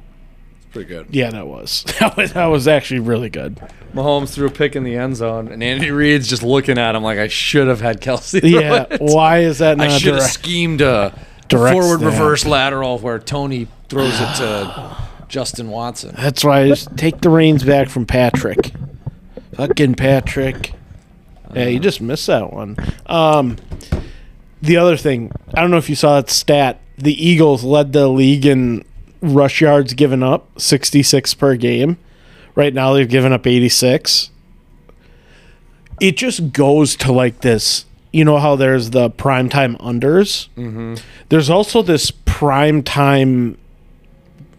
C: Pretty good.
D: yeah, that was *laughs* that was, that was actually really good.
C: Mahomes threw a pick in the end zone, and Andy Reid's just looking at him like, I should have had Kelsey. throw
D: Yeah, *laughs*
C: it."
D: why is that
C: I
D: not
C: should have
D: direct?
C: schemed a
D: Direct
C: forward
D: snap.
C: reverse lateral where Tony throws it
D: *sighs*
C: to Justin Watson.
D: That's why I just take the reins back from Patrick. Fucking Patrick. Yeah, you just missed that one. Um, the other thing, I don't know if you saw that stat. The Eagles led the league in rush yards given up, 66 per game. Right now they've given up 86. It just goes to like this. You know how there's the primetime unders? Mm-hmm. There's also this primetime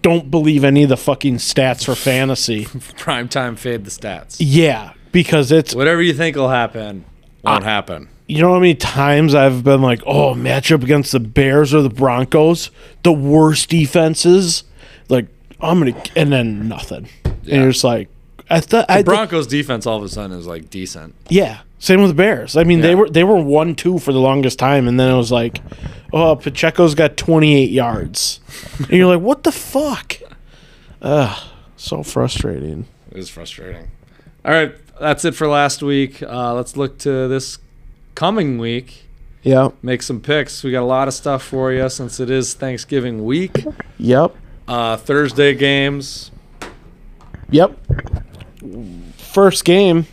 D: don't believe any of the fucking stats for fantasy.
C: Prime time fade the stats.
D: yeah, because it's
C: Whatever you think will happen,
D: Ah.
C: won't happen.
D: you know how many times I've been like, oh, matchup against the Bears or the Broncos, the worst defenses. Like I'm gonna, and then nothing. And you're just like, I thought I thi-
C: Broncos defense all of a sudden is like decent.
D: yeah. Same with the Bears. I mean,
C: Yeah.
D: they were they were one two for the longest time, and then it was like, oh, Pacheco's got 28 yards, and you're like, what the fuck? Ugh, so frustrating.
C: It is frustrating. All right, that's it for last week. Uh, let's look to this coming week.
D: Yeah.
C: Make some picks. We got a lot of stuff for you since it is Thanksgiving week.
D: Yep.
C: Uh, Thursday games:
D: Yep. First game.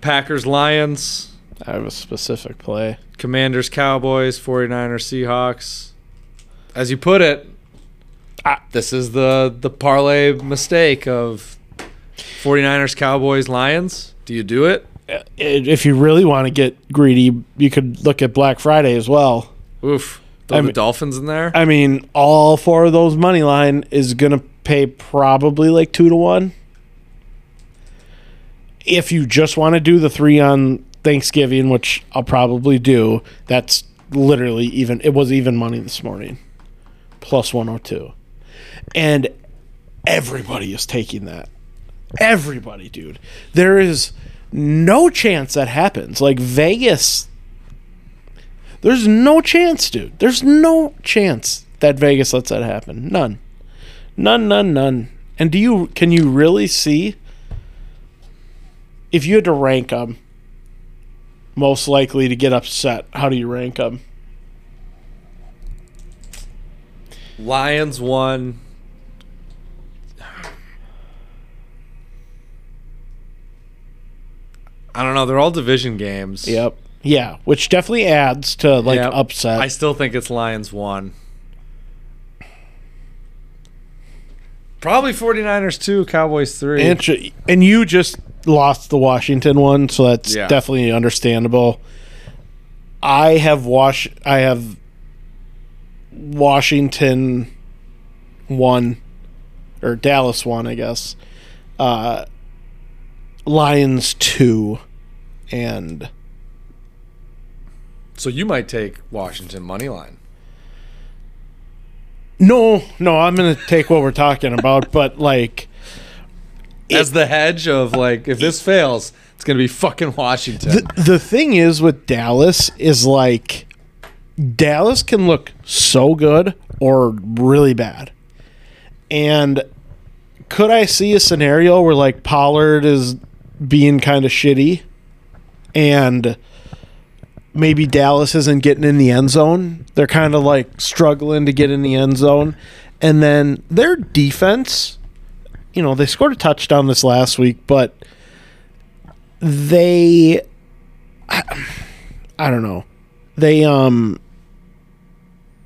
C: Packers, Lions,
D: I have a specific play.
C: Commanders, Cowboys, 49ers, Seahawks. As you put it, this is the the parlay mistake of 49ers, Cowboys, Lions. Do you do it?
D: If you really want to get greedy, you could look at Black Friday as well.
C: Oof. Throw
D: I
C: the
D: mean-
C: Dolphins in there.
D: I mean, all four of those money line is going to pay probably like two to one. If you just want to do the three on Thanksgiving, which I'll probably do, that's literally even, it was even money this morning, plus 102. And everybody is taking that. Everybody, dude. There is no chance that happens. Like Vegas, there's no chance, dude. There's no chance that Vegas lets that happen. None. None, none, none. And do you can you really see if you had to rank them most likely to get upset, how do you rank them?
C: Lions won. I don't know. They're all division games.
D: Yep. Yeah, which definitely adds to like
C: Yep.
D: upset.
C: I still think it's Lions one. Probably 49ers two, Cowboys three.
D: And, sh- and you just lost the Washington one, so that's
C: Yeah.
D: definitely understandable. I have wash. I have Washington one or Dallas one, I guess. Uh, Lions two, and
C: so you might take Washington money line.
D: no, no. I'm gonna take what we're talking about, but like
C: As the hedge of like, if this fails, it's going to be fucking Washington.
D: the, the thing is with Dallas is like Dallas can look so good or really bad. And could I see a scenario where like Pollard is being kind of shitty and maybe Dallas isn't getting in the end zone? They're kind of like struggling to get in the end zone. And then their defense, you know, they scored a touchdown this last week, but they I, I don't know they um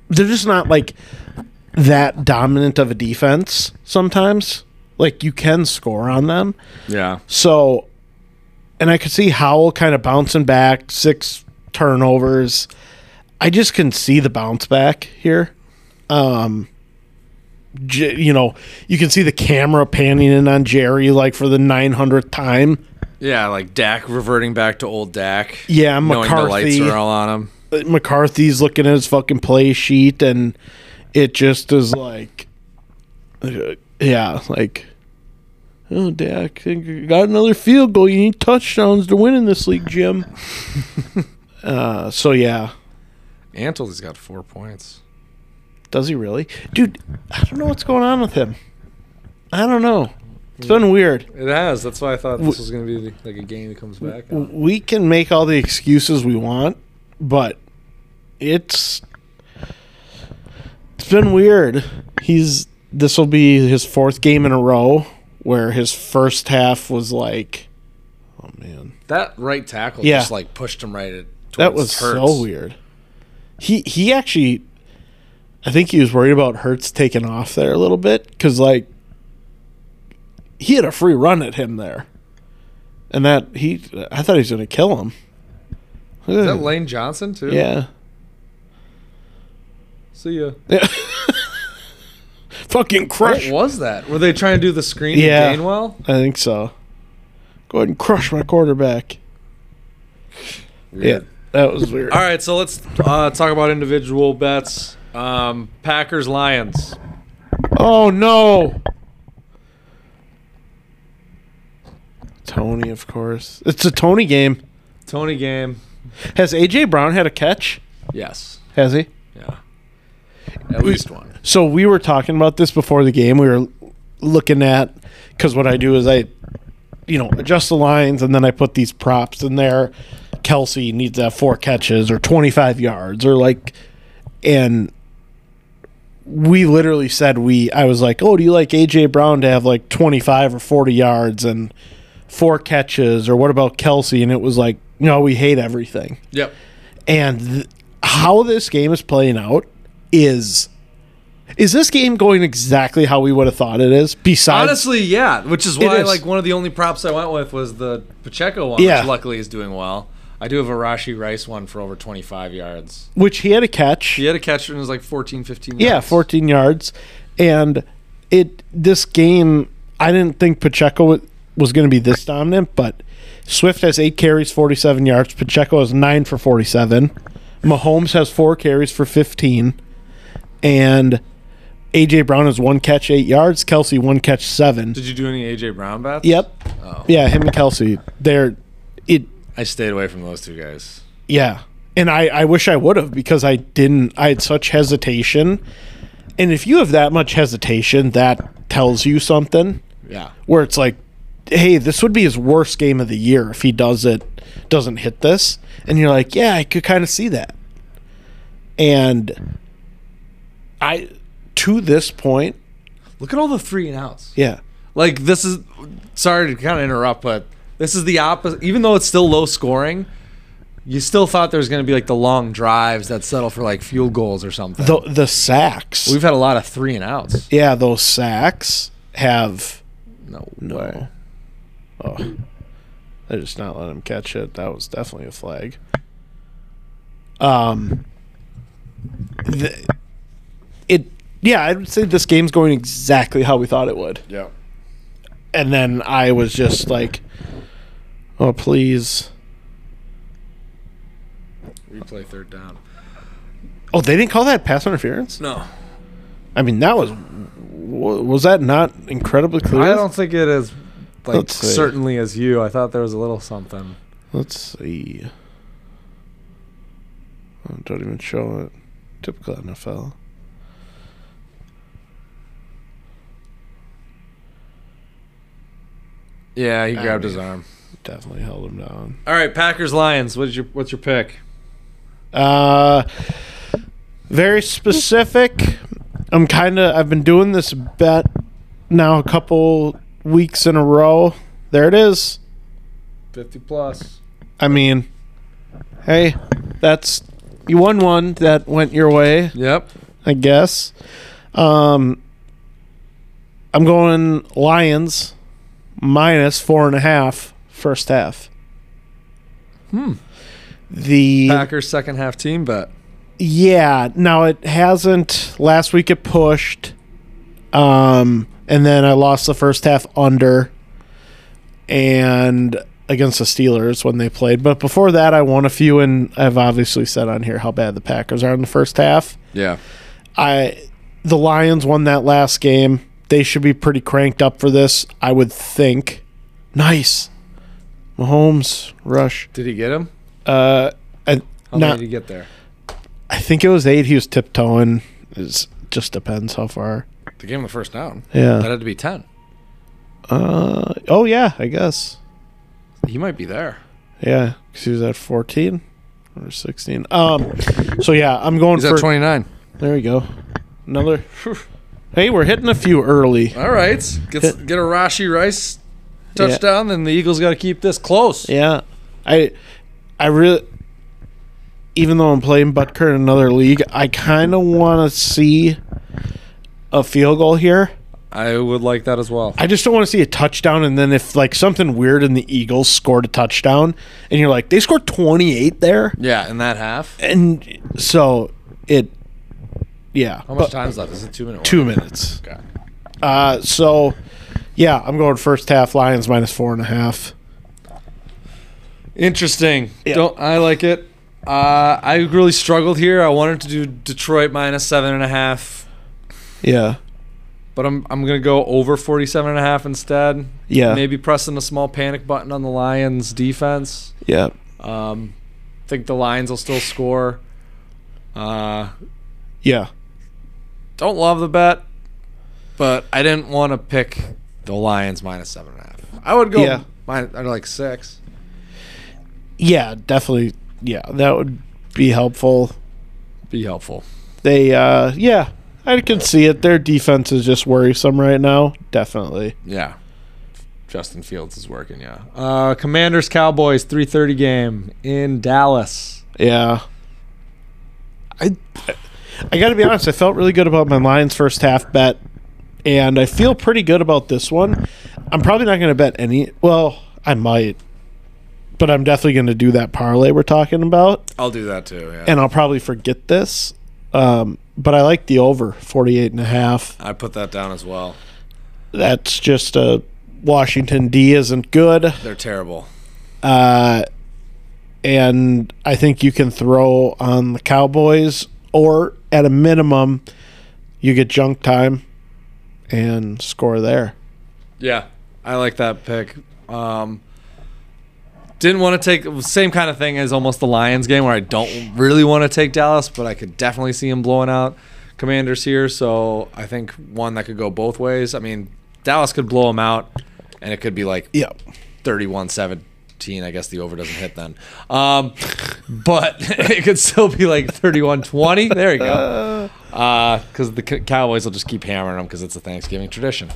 D: they're just not like that dominant of a defense sometimes like you can score on them
C: yeah.
D: so and i could see howell kind of bouncing back six turnovers i just can see the bounce back here um J- you know you can see the camera panning in on jerry like for the 900th time
C: Yeah, like Dak reverting back to old Dak.
D: Yeah,
C: knowing the lights
D: McCarthy.
C: are all on him.
D: McCarthy's looking at his fucking play sheet, and it just is like, uh, yeah, like Oh, Dak, you got another field goal. You need touchdowns to win in this league, Jim. uh, so yeah,
C: Antle's got four points.
D: does he really, dude? I don't know what's going on with him. I don't know. It's been weird.
C: It has. That's why I thought this was going to be like a game that comes back.
D: W- We can make all the excuses we want, but it's it's been weird. He's this will be his fourth game in a row where his first half was like, oh man,
C: That right tackle
D: Yeah.
C: just like pushed him right at.
D: that
C: towards
D: was
C: Hurts.
D: so weird. He he actually, I think he was worried about Hertz taking off there a little bit because like he had a free run at him there, and that he I thought he was gonna kill him. Hmm.
C: Is that Lane Johnson too?
D: Yeah.
C: See ya.
D: *laughs* Fucking
C: What
D: crush.
C: was that? Were they trying to do the screen
D: Yeah.
C: to Gainwell?
D: I think so. Go ahead and crush my quarterback. Yeah. That was weird.
F: All right, so let's uh, talk about individual bets. Um, Packers Lions.
D: Oh no. Tony, of course. It's a Tony game.
F: Tony game.
D: Has AJ Brown had a catch?
F: Yes.
D: Has he?
F: Yeah.
C: At least one.
D: So we were talking about this before the game. We were looking at because what I do is I, you know, adjust the lines and then I put these props in there. Kelsey needs to have four catches or 25 yards or like, and we literally said we. I was like, oh, do you like AJ Brown to have like 25 or 40 yards and four catches or what about Kelsey? And it was like, no, we hate everything.
C: Yep.
D: And th- how this game is playing out is is this game going exactly how we would have thought it is? Besides,
C: Honestly, yeah. Which is
D: It
C: why,
D: is.
C: like, one of the only props I went with was the Pacheco one,
D: Yeah.
C: which luckily is doing well. I do have a Rashi Rice one for over 25 yards.
D: which he had a catch,
C: He had a catch and it was like 14, 15
D: yeah,
C: yards.
D: 14 yards, and it this game I didn't think Pacheco wa- was going to be this dominant, but Swift has eight carries, 47 yards. Pacheco has nine for 47. Mahomes has four carries for 15, and AJ Brown has one catch, eight yards. Kelsey one catch, seven.
C: Did you do any A.J. Brown bets?
D: Yep. Yeah, him and Kelsey. They're it.
C: I stayed away from those two guys.
D: Yeah, and I I wish I would have because I didn't. I had such hesitation, and if you have that much hesitation, that tells you something.
C: Yeah.
D: Where it's like, hey, this would be his worst game of the year if he does it doesn't hit this, and you're like, yeah, I could kind of see that, and I to this point,
C: Look at all the three and outs.
D: yeah,
C: Like this is sorry to kind of interrupt, but this is the opposite. Even though it's still low scoring, you still thought there was going to be like the long drives that settle for like field goals or something.
D: the the sacks.
C: We've had a lot of three and outs.
D: yeah, those sacks have
C: No,
D: No. Oh. I just not let him catch it. That was definitely a flag. Um the, it yeah, I would say this game's going exactly how we thought it would.
C: Yeah.
D: And then I was just like Oh please.
C: Replay third down.
D: Oh, they didn't call that pass interference?
C: No,
D: I mean, that was wa- was that not incredibly clear?
C: I don't think it is. Like
D: Let's see.
C: certainly as you, I thought there was a little something.
D: Let's see. Oh, don't even show it. Typical NFL.
C: Yeah, he
D: grabbed
C: grabbed
D: his
C: his arm.
D: Definitely held him down.
F: All right, Packers Lions. What's your what's your pick?
D: Uh, very specific. I'm kind of. I've been doing this bet now a couple weeks in a row. There it is.
C: Fifty plus.
D: I mean, hey, that's you won one that went your way,
C: Yep.
D: I guess. Um, I'm going Lions minus four and a half first half. Hmm. The
C: Packers second half team bet.
D: Yeah. Now it hasn't. Last week it pushed, um, and then I lost the first half under, and against the Steelers when they played. But before that, I won a few, and I've obviously said on here how bad the Packers are in the first half.
C: Yeah.
D: I the Lions won that last game. They should be pretty cranked up for this, I would think. Nice. Mahomes, rush.
C: Did he get him?
D: Uh, I,
C: How
D: not,
C: many did he get there?
D: I think it was eight. He was tiptoeing. It just depends how far.
C: They gave him the first down. That
D: Yeah.
C: had to be ten.
D: Uh, oh, yeah, I guess.
C: He might be there.
D: Yeah, because he was at 14 or 16. Um, so, yeah, I'm going
C: He's
D: for.
C: at twenty nine.
D: There we go. Another. Hey, we're hitting a few early.
C: All right, get get a Rashi Rice touchdown, then the Eagles got to keep this close.
D: Yeah, I, I really, even though I'm playing Butker in another league, I kind of want to see a field goal here.
C: I would like that as well.
D: I just don't want to see a touchdown, and then if like something weird and the Eagles scored a touchdown, and you're like they scored 28 there,
C: yeah, in that half.
D: and so it, yeah,
C: How much
D: but-
C: time's left? Is it two minutes?
D: two minutes.
C: Okay.
D: Uh, so yeah, I'm going first half Lions minus four and a half.
C: Interesting.
D: Yeah.
C: Don't I like it? Uh, I really struggled here. I wanted to do Detroit minus seven and a half,
D: Yeah,
C: but I'm I'm gonna go over forty seven and a half instead.
D: yeah,
C: Maybe pressing a small panic button on the Lions defense.
D: yeah.
C: Um, think the Lions will still score. Uh,
D: Yeah.
C: don't love the bet, but I didn't want to pick the Lions minus seven and a half. I would go.
D: Yeah.
C: min- I'd like six.
D: Yeah, definitely. Yeah, that would be helpful.
C: Be helpful.
D: They uh yeah, I can see it. Their defense is just worrisome right now. Definitely.
C: Yeah. Justin Fields is working, yeah. Uh, Commanders Cowboys 3:30 game in Dallas.
D: Yeah. I I got to be honest, I felt really good about my Lions first half bet and I feel pretty good about this one. I'm probably not going to bet any well, I might but I'm definitely going to do that parlay we're talking about
C: I'll do that too, yeah.
D: and I'll probably forget this. Um, but I like the over 48 and a half.
C: I put that down as well.
D: that's just a Washington D isn't good.
C: They're terrible.
D: Uh, and I think you can throw on the Cowboys, or at a minimum, you get junk time and score there.
C: Yeah. I like that pick. Um didn't want to take same kind of thing as almost the Lions game where I don't really want to take Dallas, but I could definitely see him blowing out Commanders here. So I think one that could go both ways. I mean, Dallas could blow him out, and it could be like
D: Yeah.
C: 31 17. I guess the over doesn't hit then. Um, but *laughs* it could still be like 31 20. There you go. Because the C- Cowboys will just keep hammering them because it's a Thanksgiving tradition.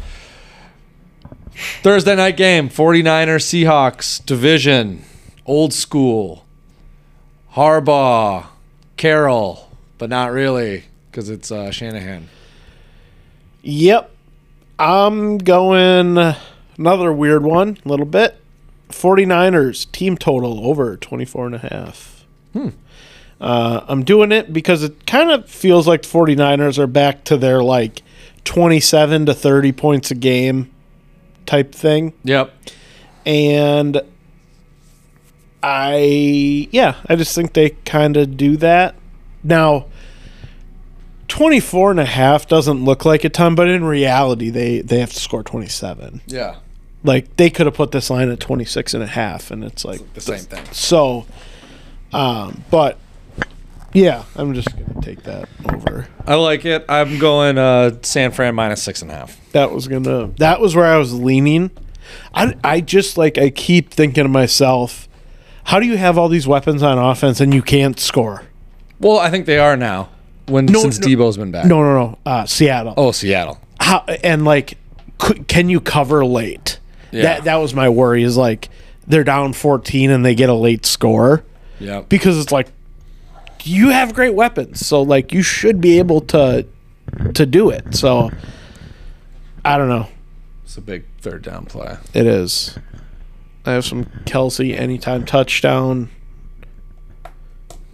C: Thursday night game 49ers Seahawks division, old school. Harbaugh, Carroll, but not really because it's uh, Shanahan.
D: Yep. I'm going another weird one, a little bit. 49ers team total over 24 and a half. Uh, I'm doing it because it kind of feels like 49ers are back to their like 27 to 30 points a game type thing.
C: Yep.
D: And I, yeah, I just think they kind of do that. Now, 24 and a half doesn't look like a ton, but in reality, they, they have to score 27.
C: Yeah.
D: Like, they could have put this line at 26 and a half, and it's like,
C: The same thing.
D: so, um, but yeah, I'm just going to take that over.
C: I like it. I'm going uh, San Fran minus six and a half.
D: That was gonna. That was where I was leaning. I I just like I keep thinking to myself, how do you have all these weapons on offense and you can't score?
C: Well, I think they are now. When
D: No,
C: since
D: no-
C: Debo's been back.
D: No, no, no. Uh, Seattle.
C: Oh, Seattle.
D: How, and like, c- can you cover late?
C: Yeah.
D: That that was my worry. Is like they're down 14 and they get a late score
C: Yeah.
D: because it's like you have great weapons, so like you should be able to to do it. So I don't know.
C: It's a big third down play.
D: It is. I have some Kelsey anytime touchdown,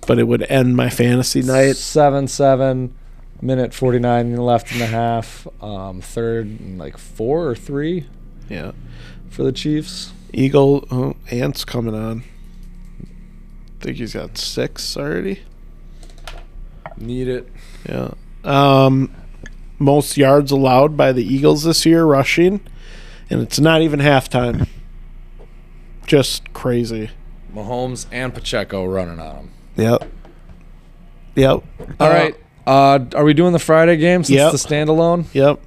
D: but it would end my fantasy
C: It's
D: night.
C: seven seven, minute forty nine left in the half. Um, third and like four or three
D: Yeah.
C: for the Chiefs.
D: Eagle oh, ants coming on. think he's got six already.
C: Need it.
D: Yeah. Um, most yards allowed by the Eagles this year rushing, and it's not even halftime. Just crazy.
C: Mahomes and Pacheco running on him.
D: Yep. Yep.
C: All right. Uh, are we doing the Friday game since
D: Yep.
C: it's the standalone?
D: Yep.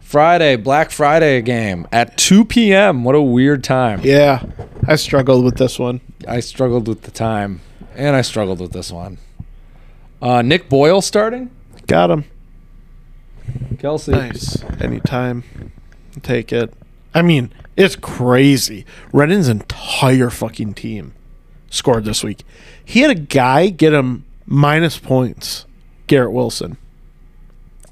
C: Friday, Black Friday game at 2 p.m. What a weird time.
D: Yeah. I struggled with this one.
C: I struggled with the time, and I struggled with this one. Uh, Nick Boyle starting.
D: Got him.
C: Kelsey.
D: Nice. Anytime. Take it. I mean, it's crazy. Redden's entire fucking team scored this week. He had a guy get him minus points, Garrett Wilson.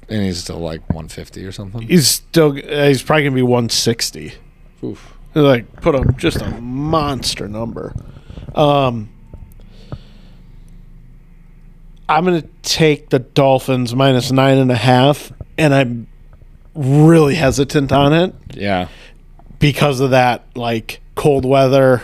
C: And he's still like 150 or something.
D: He's still, uh, he's probably going to be 160.
C: Oof.
D: Like, put up just a monster number. Um, I'm going to take the Dolphins minus nine and a half, and I'm really hesitant on it.
C: Yeah.
D: because of that like cold weather,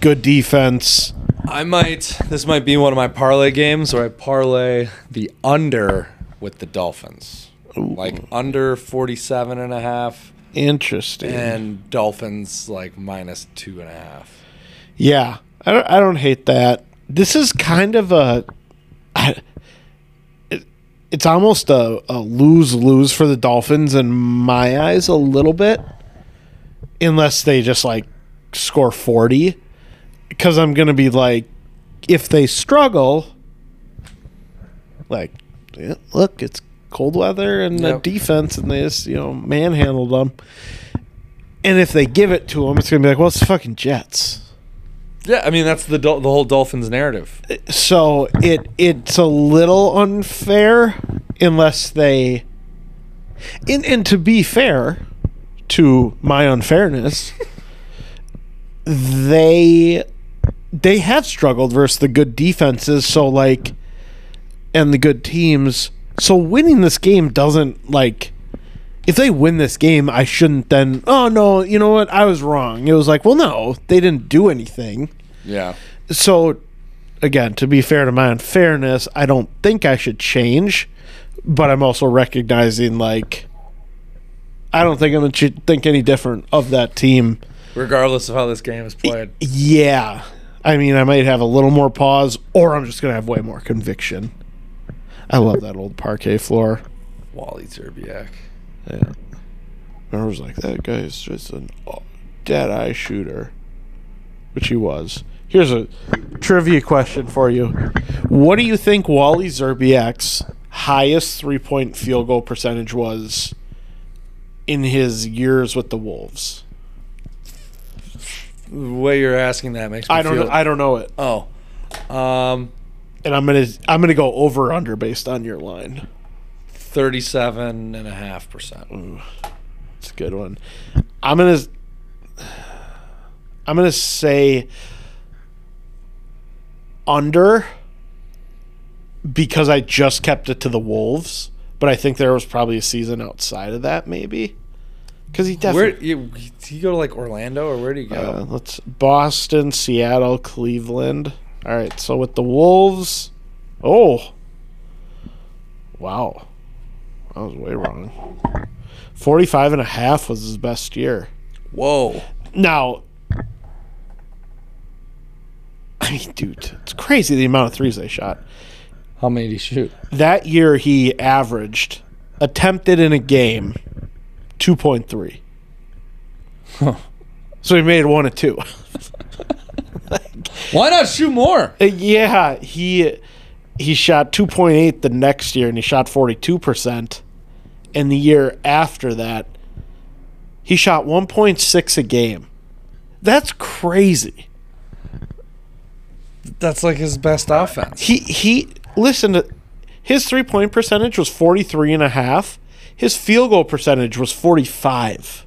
D: good defense.
C: I might. This might be one of my parlay games where I parlay the under with the Dolphins. Like under 47 and a half
D: Interesting.
C: and Dolphins like minus two and a half.
D: yeah, I don't, I don't hate that. This is kind of a I- it- it's almost a, a lose lose for the Dolphins in my eyes a little bit, unless they just like score forty. Because I'm gonna be like, if they struggle, like, yeah, look, it's cold weather and the
C: Yep.
D: defense, and they just you know manhandled them. And if they give it to them, it's gonna be like, well, it's the fucking Jets.
C: Yeah, I mean that's the Dol- the whole Dolphins narrative.
D: so it it's a little unfair unless they and, and to be fair to my unfairness *laughs* they they have struggled versus the good defenses so like and the good teams so winning this game doesn't like if they win this game i shouldn't then oh no you know what i was wrong it was like well no they didn't do anything
C: Yeah.
D: so again to be fair to my unfairness i don't think i should change but i'm also recognizing like i don't think i'm gonna ch- think any different of that team
C: Regardless of how this game is played.
D: yeah i mean i might have a little more pause or i'm just gonna have way more conviction i love that old parquet floor
C: Wally Terbiak.
D: yeah i was like that guy is just an dead eye shooter which he was. Here's a trivia question for you. What do you think Wally Zerbiak's highest three point field goal percentage was in his years with the Wolves?
C: The way you're asking that makes me
D: I don't
C: feel-
D: know, I don't know it.
C: oh. Um
D: And I'm gonna I'm gonna go over or under based on your line.
C: 37 and a half percent.
D: It's a good one. I'm gonna I'm gonna say under because I just kept it to the Wolves, but I think there was probably a season outside of that, maybe. Because he
C: Where
D: definitely
C: you, did he go to like Orlando or where did he go?
D: uh, let's Boston, Seattle, Cleveland. All right, so with the Wolves, oh, wow, I was way wrong. 45 and a half was his best year.
C: Whoa.
D: Now, I mean, dude, it's crazy the amount of threes they shot.
C: How many did he shoot?
D: That year, he averaged attempted in a game 2.3. So he made one of two. *laughs*
C: Why not shoot more?
D: Uh, yeah, he he shot 2.8 the next year and he shot 42%. And the year after that, he shot 1.6 a game. That's crazy.
C: That's like his best offense.
D: he he listen to his three point percentage was 43 and a half his field goal percentage was 45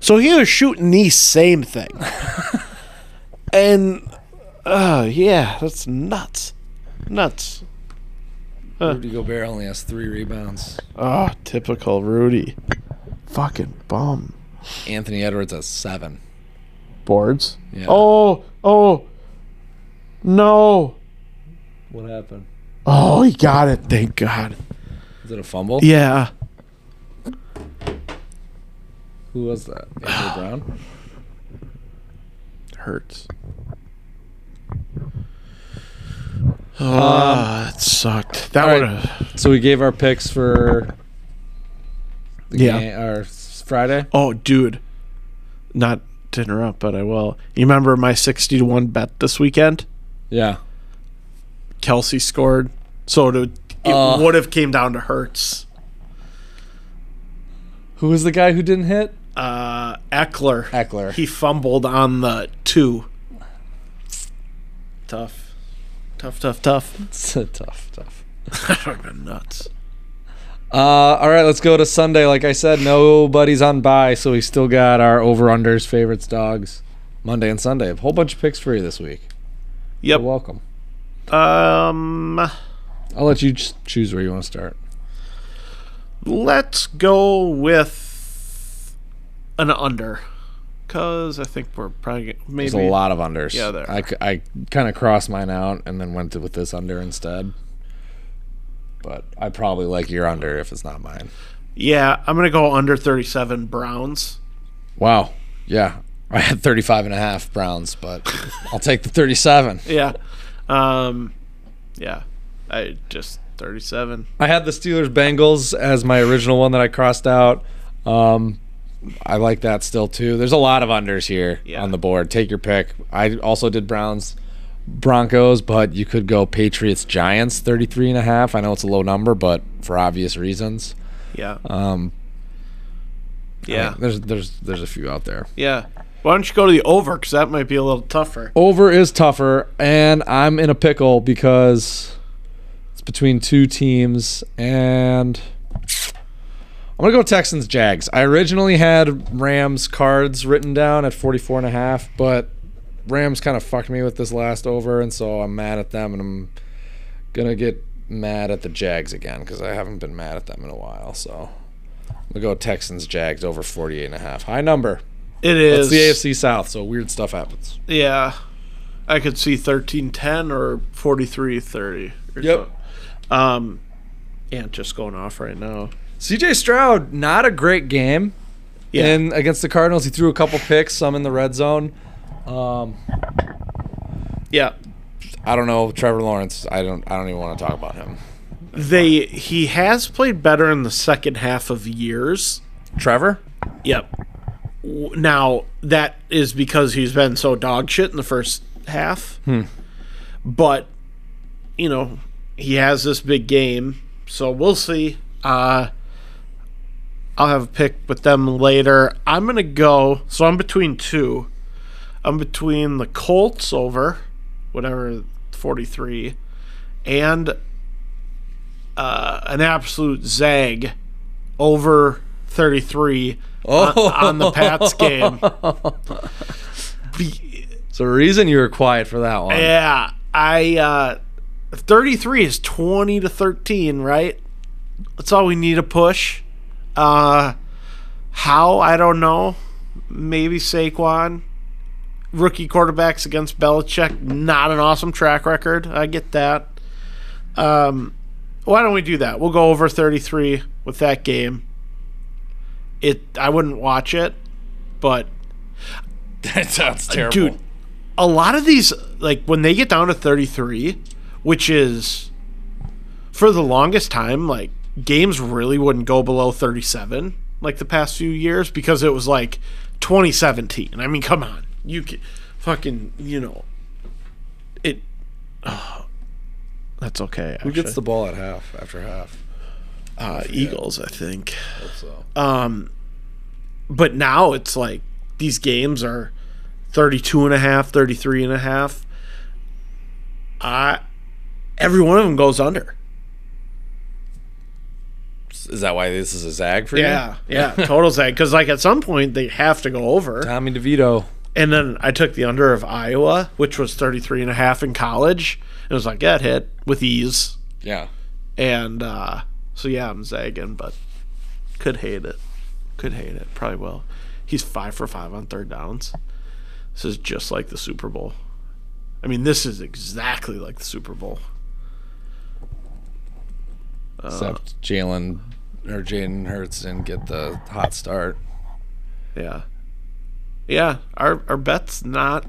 D: so he was shooting the same thing and uh yeah that's nuts nuts
C: Rudy Gobert only has three rebounds.
D: oh typical rudy fucking bum
C: Anthony Edwards has seven.
D: boards
C: Yeah.
D: oh oh no
C: What happened?
D: oh he got it thank god
C: Is it a fumble?
D: Yeah.
C: Who was that? Andrew *sighs* Brown?
D: Hurts. Ah, it sucked. That
C: all
D: would
C: right.
D: have.
C: So we gave our picks for the
D: Yeah.
C: game, our s- Friday.
D: Oh, dude. Not to interrupt, but I will. You remember my 60 to 1 bet this weekend?
C: Yeah.
D: Kelsey scored. So it, it
C: Uh.
D: would have came down to Hurts.
C: Who was the guy who didn't hit?
D: Uh, Eckler.
C: Eckler.
D: He fumbled on the two. Tough. Tough, tough, tough.
C: *laughs*
D: *laughs*
C: It's a tough, tough.
D: That would have been nuts.
C: Uh, all right, let's go to Sunday. Like I said, nobody's on bye, so we still got our over unders, favorites, dogs, Monday and Sunday. A whole bunch of picks for you this week.
D: Yep.
C: You're welcome.
D: Um,
C: I'll let you just choose where you want to start.
D: let's go with an under, cause I think we're probably gonna- maybe
C: There's a lot of unders.
D: Yeah, there
C: I, c- I kind of crossed mine out and then went to, with this under instead. But I probably like your under if it's not mine.
D: Yeah, I'm gonna go under 37 Browns.
C: Wow. Yeah. I had 35 and a half Browns, but I'll take the 37.
D: Yeah, um, yeah, I just 37.
C: I had the Steelers Bengals as my original one that I crossed out. Um, I like that still too. There's a lot of unders here
D: Yeah.
C: on the board. Take your pick. I also did Browns Broncos, but you could go Patriots Giants 33 and a half. I know it's a low number, but for obvious reasons.
D: Yeah,
C: Um,
D: yeah,
C: there's there's there's a few out there.
D: yeah. Why don't you go to the over? Cause that might be a little tougher.
C: Over is tougher, and I'm in a pickle because it's between two teams, and I'm gonna go Texans Jags. I originally had Rams cards written down at 44 and a half, but Rams kind of fucked me with this last over, and so I'm mad at them, and I'm gonna get mad at the Jags again because I haven't been mad at them in a while. So I'm gonna go Texans Jags over 48 and a half. High number.
D: It is
C: It's the AFC South, so weird stuff happens.
D: Yeah, I could see 1310 or 4330. Or
C: Yep.
D: so. Um, and just going off right now.
C: CJ Stroud, not a great game.
D: Yeah.
C: And against the Cardinals, he threw a couple picks, some in the red zone.
D: Yeah.
C: I don't know Trevor Lawrence. I don't. I don't even want to talk about him.
D: They he has played better in the second half of years.
C: Trevor?
D: Yep. W- Now that is because he's been so dog shit in the first half. But you know, he has this big game, so we'll see. Uh I'll have a pick with them later. I'm gonna go so I'm between two. I'm between the Colts over, whatever forty three, and uh, an absolute zag over thirty three
C: Oh,
D: on, on the Pats game. Be-
C: it's a reason you were quiet for that one.
D: *laughs* yeah, I uh, 33 is 20 to 13, right? That's all we need to push. Uh, how I don't know. Maybe Saquon. Rookie quarterbacks against Belichick, not an awesome track record. I get that. Um, why don't we do that? We'll go over 33 with that game. It I wouldn't watch it, but
C: *laughs* that sounds terrible.
D: dude a lot of these like when they get down to 33 which is for the longest time like games really wouldn't go below 37 like the past few years because it was like 2017 i mean come on you can fucking you know it *sighs* that's okay
C: who gets the ball at half after half?
D: uh, eagles i think
C: So
D: Um, but now it's like these games are 32 and a half 33 and a half i every one of them goes under
C: is that why this is a zag for you?
D: yeah total zag because like at some point they have to go over
C: Tommy DeVito.
D: and then i took the under of iowa which was 33 and a half in college and it was like that hit with ease
C: Yeah.
D: and uh so yeah i'm zagging but could hate it could hate it probably will he's five for five on third downs this is just like the super bowl i mean this is exactly like the super bowl
C: Except Jalen or Jaden Hurts didn't get the hot start.
D: Yeah. Yeah, our our bet's not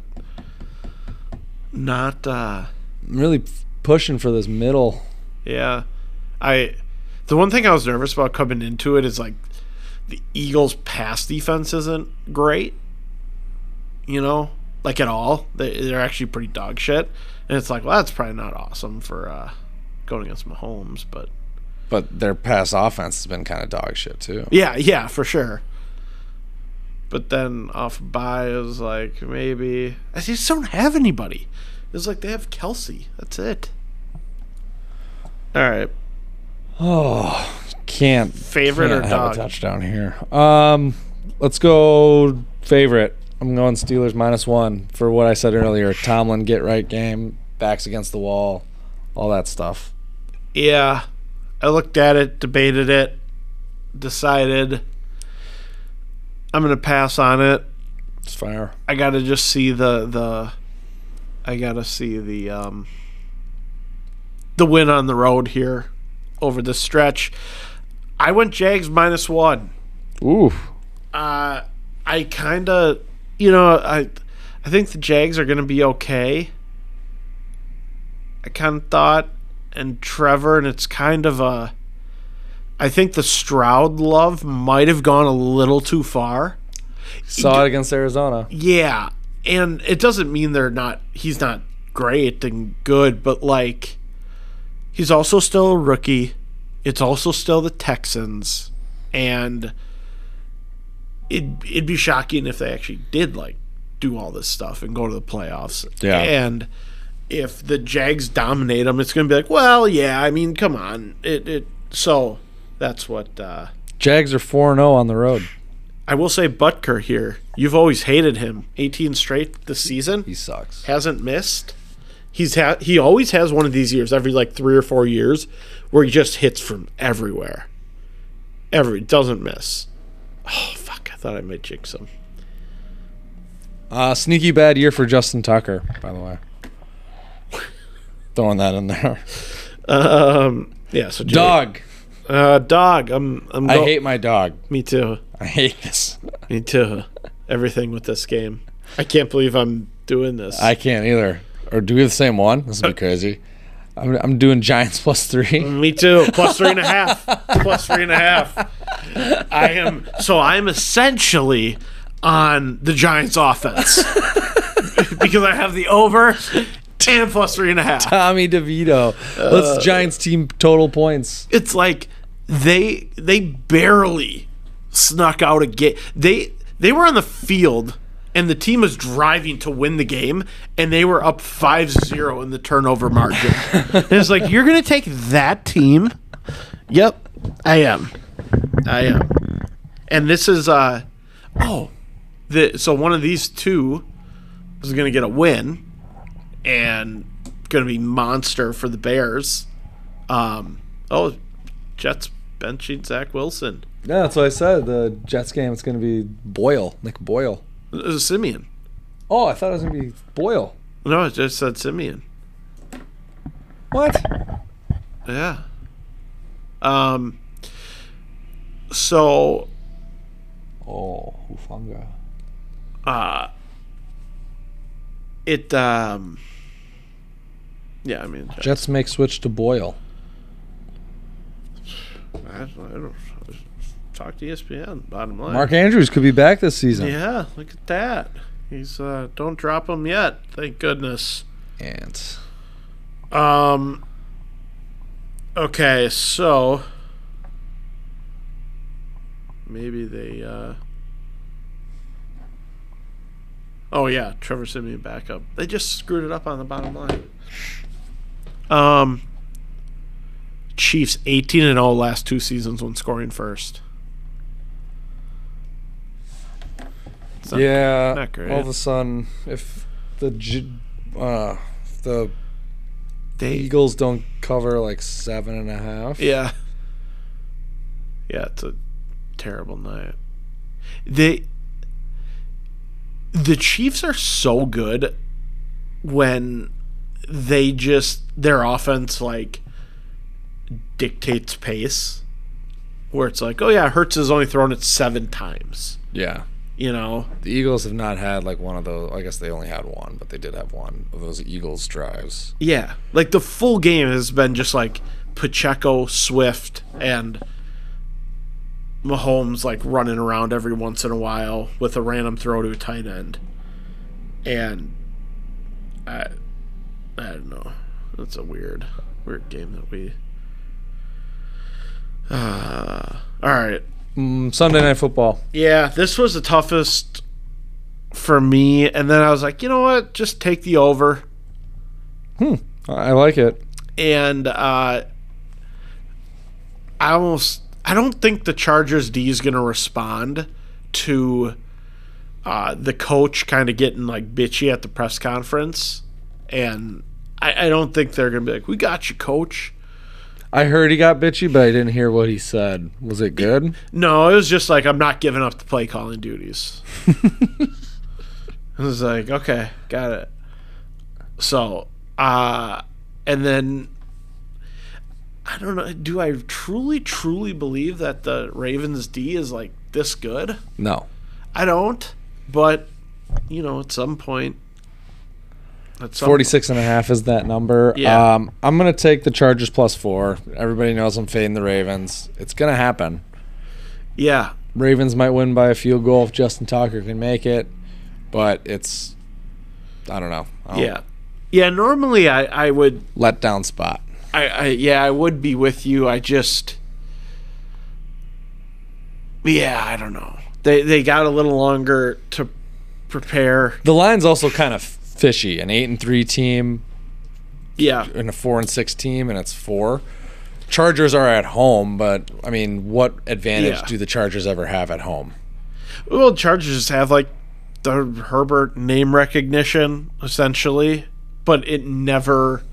D: not uh
C: I'm really pushing for this middle.
D: yeah. I the one thing I was nervous about coming into it is like the Eagles pass defense isn't great. You know, like at all. They they're actually pretty dog shit. And it's like, well, that's probably not awesome for uh going against Mahomes, but
C: But their pass offense has been kind of dog shit too.
D: Yeah, yeah, for sure. But then off buy is like maybe I just don't have anybody. It's like they have Kelsey. That's it. All right,
C: Oh, Can't
D: favorite
C: can't
D: or
C: have
D: dog?
C: a touchdown here. Um, let's go favorite. I'm going Steelers minus one for what I said earlier. Tomlin get right game, backs against the wall, all that stuff.
D: Yeah, I looked at it, debated it, decided I'm gonna pass on it.
C: It's fire.
D: I gotta just see the the. I gotta see the um. The win on the road here, over the stretch. I went Jags minus one.
C: Ooh,
D: Uh, I kind of, you know, I, I think the Jags are gonna be okay. I kind of thought, and Trevor, and it's kind of a. I think the Stroud love might have gone a little too far.
C: saw it against Arizona.
D: Yeah, and it doesn't mean they're not. He's not great and good, but like, he's also still a rookie. It's also still the Texans, and it it'd be shocking if they actually did like do all this stuff and go to the playoffs.
C: Yeah.
D: and if the Jags dominate them, it's going to be like, well, yeah. I mean, come on, it it. So that's what. uh
C: Jags are four zero on the road.
D: I will say Butker here. You've always hated him. 18 straight this season.
C: He sucks.
D: hasn't missed. He's ha- he always has one of these years every like 3 or 4 years where he just hits from everywhere. Every doesn't miss. Oh fuck, I thought I might jinx him.
C: Uh, sneaky bad year for Justin Tucker, by the way. Throwing that in there.
D: Yeah, so Jay-
C: Dog.
D: Uh dog. I'm I'm
C: I
D: go-
C: hate my dog.
D: me too.
C: I hate this.
D: Me too. Everything with this game. I can't believe I'm doing this.
C: I can't either. Or do we have the same one? This *laughs* would be crazy. I'm, I'm doing Giants plus *laughs* three.
D: Mm, Me too. Plus three and a half. Plus three and a half. I am so I'm essentially on the Giants offense *laughs* because I have the over and plus three and a half.
C: Tommy DeVito. Let's Giants team total points.
D: It's like they they barely snuck out a game. They they were on the field and the team was driving to win the game and they were up 5-0 in the turnover margin. And it's like you're going to take that team? Yep, I am. I am. And this is uh oh, the so one of these two is going to get a win and going to be monster for the Bears. Um oh, Jets benching Zach Wilson.
C: Yeah, that's what I said. The Jets game it's going to be Boyle, Nick Boyle.
D: It was Uh, Simeon.
C: Oh, I thought it was going to be Boyle.
D: No, it just said Simeon.
C: What?
D: Yeah. Um. So
C: Oh, Hufanga.
D: uh, it um. Yeah, I mean, I,
C: Jets make switch to Boyle.
D: I don't talk to E ESPN. Bottom line.
C: Mark Andrews could be back this season.
D: Yeah, look at that. He's uh, don't drop him yet. Thank goodness.
C: And
D: Um. Okay, so maybe they. Uh, oh yeah, Trevor Simeon backup. They just screwed it up on the bottom line. Um. Chiefs eighteen and all last two seasons when scoring first. It's not-
C: yeah,
D: not great.
C: all of a sudden, if the J- uh, if the
D: they
C: Eagles don't cover like seven and a half,
D: Yeah. Yeah, it's a terrible night. They the Chiefs are so good when they just their offense like dictates pace, where it's like, oh yeah, Hertz has only thrown it seven times.
C: Yeah.
D: You know,
C: The Eagles have not had like one of those. I guess they only had one, but they did have one of those Eagles drives.
D: yeah, like the full game has been just like Pacheco, Swift, and Mahomes like running around every once in a while with a random throw to a tight end, and I, I don't know. That's a weird, weird game that we. Uh, all right.
C: Mm, Sunday Night Football.
D: Yeah, this was the toughest for me. And then I was like, you know what? Just take the over.
C: I I like it.
D: And uh, I almost, I don't think the Chargers D is going to respond to uh, the coach kind of getting like bitchy at the press conference. And I, I don't think they're going to be like, we got you, coach.
C: I heard he got bitchy, but I didn't hear what he said. Was it good?
D: No, it was just like I'm not giving up the play calling duties. I was like, okay, got it. So, uh and then I don't know, do I truly truly believe that the Ravens D is like this good?
C: No.
D: I don't, but you know, at some point at some
C: 46 and a half is that number.
D: Yeah.
C: Um, I'm going to take the Chargers plus four. Everybody knows I'm fading the Ravens. It's going to happen.
D: Yeah.
C: Ravens might win by a field goal if Justin Tucker can make it, but it's, I don't know. I don't-
D: Yeah. Yeah, normally I I would
C: Let down spot.
D: I, I yeah, I would be with you. I just Yeah, I don't know. They they got a little longer to prepare.
C: The line's also kind of fishy. An eight and three team
D: Yeah.
C: and a four and six team, and it's four. Chargers are at home, but I mean, what advantage
D: Yeah.
C: do the Chargers ever have at home?
D: Well, Chargers have like the Herbert name recognition essentially, but it never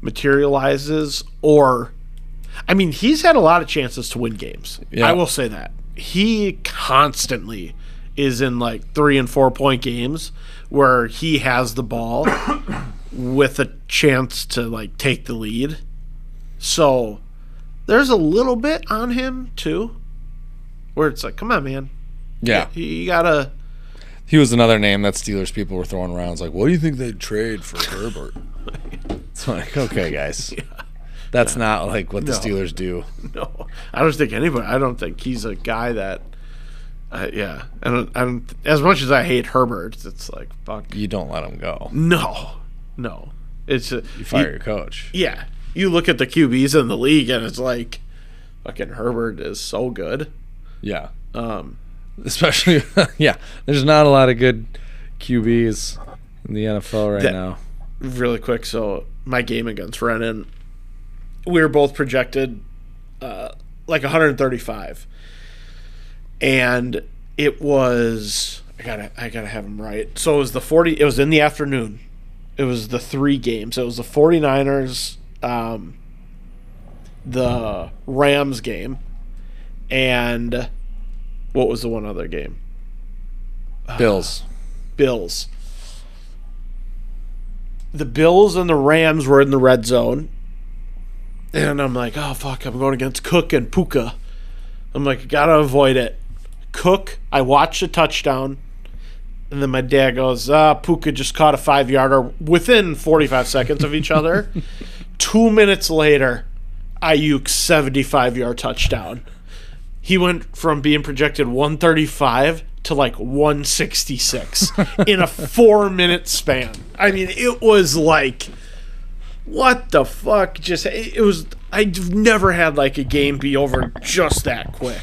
D: materializes or I mean, he's had a lot of chances to win games.
C: Yeah.
D: I will say that. He constantly is in like 3 and 4 point games where he has the ball *coughs* with a chance to like take the lead. So, there's a little bit on him too where it's like, "Come on, man.
C: Yeah.
D: You gotta.
C: He was another name that Steelers people were throwing around. It's like, what do you think they'd trade for
D: *laughs*
C: Herbert? it's like, okay, guys. That's not like what the
D: No.
C: Steelers do.
D: *laughs* No, I don't think anybody. I don't think he's a guy that. Uh, yeah, I don't. I don't. As much as I hate Herbert, it's like fuck.
C: You don't let them go.
D: No, no. It's a,
C: You fire your coach.
D: yeah. You look at the QBs in the league, and it's like, fucking Herbert is so good.
C: Yeah. Um, Especially, *laughs* yeah. There's not a lot of good QBs in the NFL right
D: That-
C: now.
D: really quick. So my game against Renan, we were both projected uh, like 135, and it was I gotta I gotta have them right. So it was the 40. It was in the afternoon. It was the three games. It was the 49ers, um, the Rams game, and what was the one other game? *sighs*
C: Bills.
D: Bills. The Bills and the Rams were in the red zone. And I'm like, oh, fuck, I'm going against Cook and Puka. I'm like, gotta avoid it. Cook, I watched a touchdown. And then my dad goes, ah, Puka just caught a five yarder within 45 seconds of each other. Two minutes later, Ayuk 75 yard touchdown. He went from being projected 135 to like 166 in a four minute span. I mean, it was like, what the fuck? Just, it it was, I've never had like a game be over just that quick.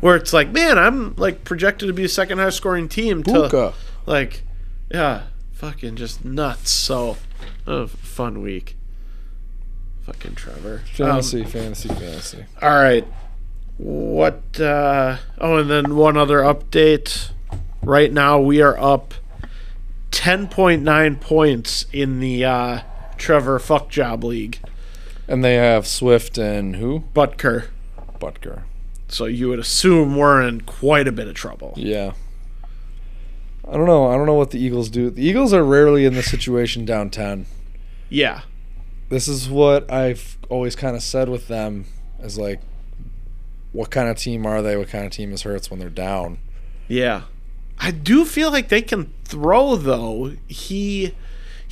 D: Where it's like, man, I'm like projected to be a second highest scoring team. To,
C: Puka.
D: Like, yeah, fucking just nuts. So, uh, fun week. Fucking Trevor. Um,
C: Fantasy, fantasy, fantasy.
D: all right. What? Uh, oh, and then one other update. Right now, we are up 10.9 points in the uh, Trevor Fuck Job League.
C: And they have Swift and who?
D: Butker.
C: Butker.
D: So you would assume we're in quite a bit of trouble.
C: Yeah. I don't know. I don't know what the Eagles do. The Eagles are rarely in the situation down 10.
D: Yeah.
C: this is what I've always kind of said with them is like, what kind of team are they? What kind of team is Hurts when they're down?
D: Yeah. I do feel like they can throw though. He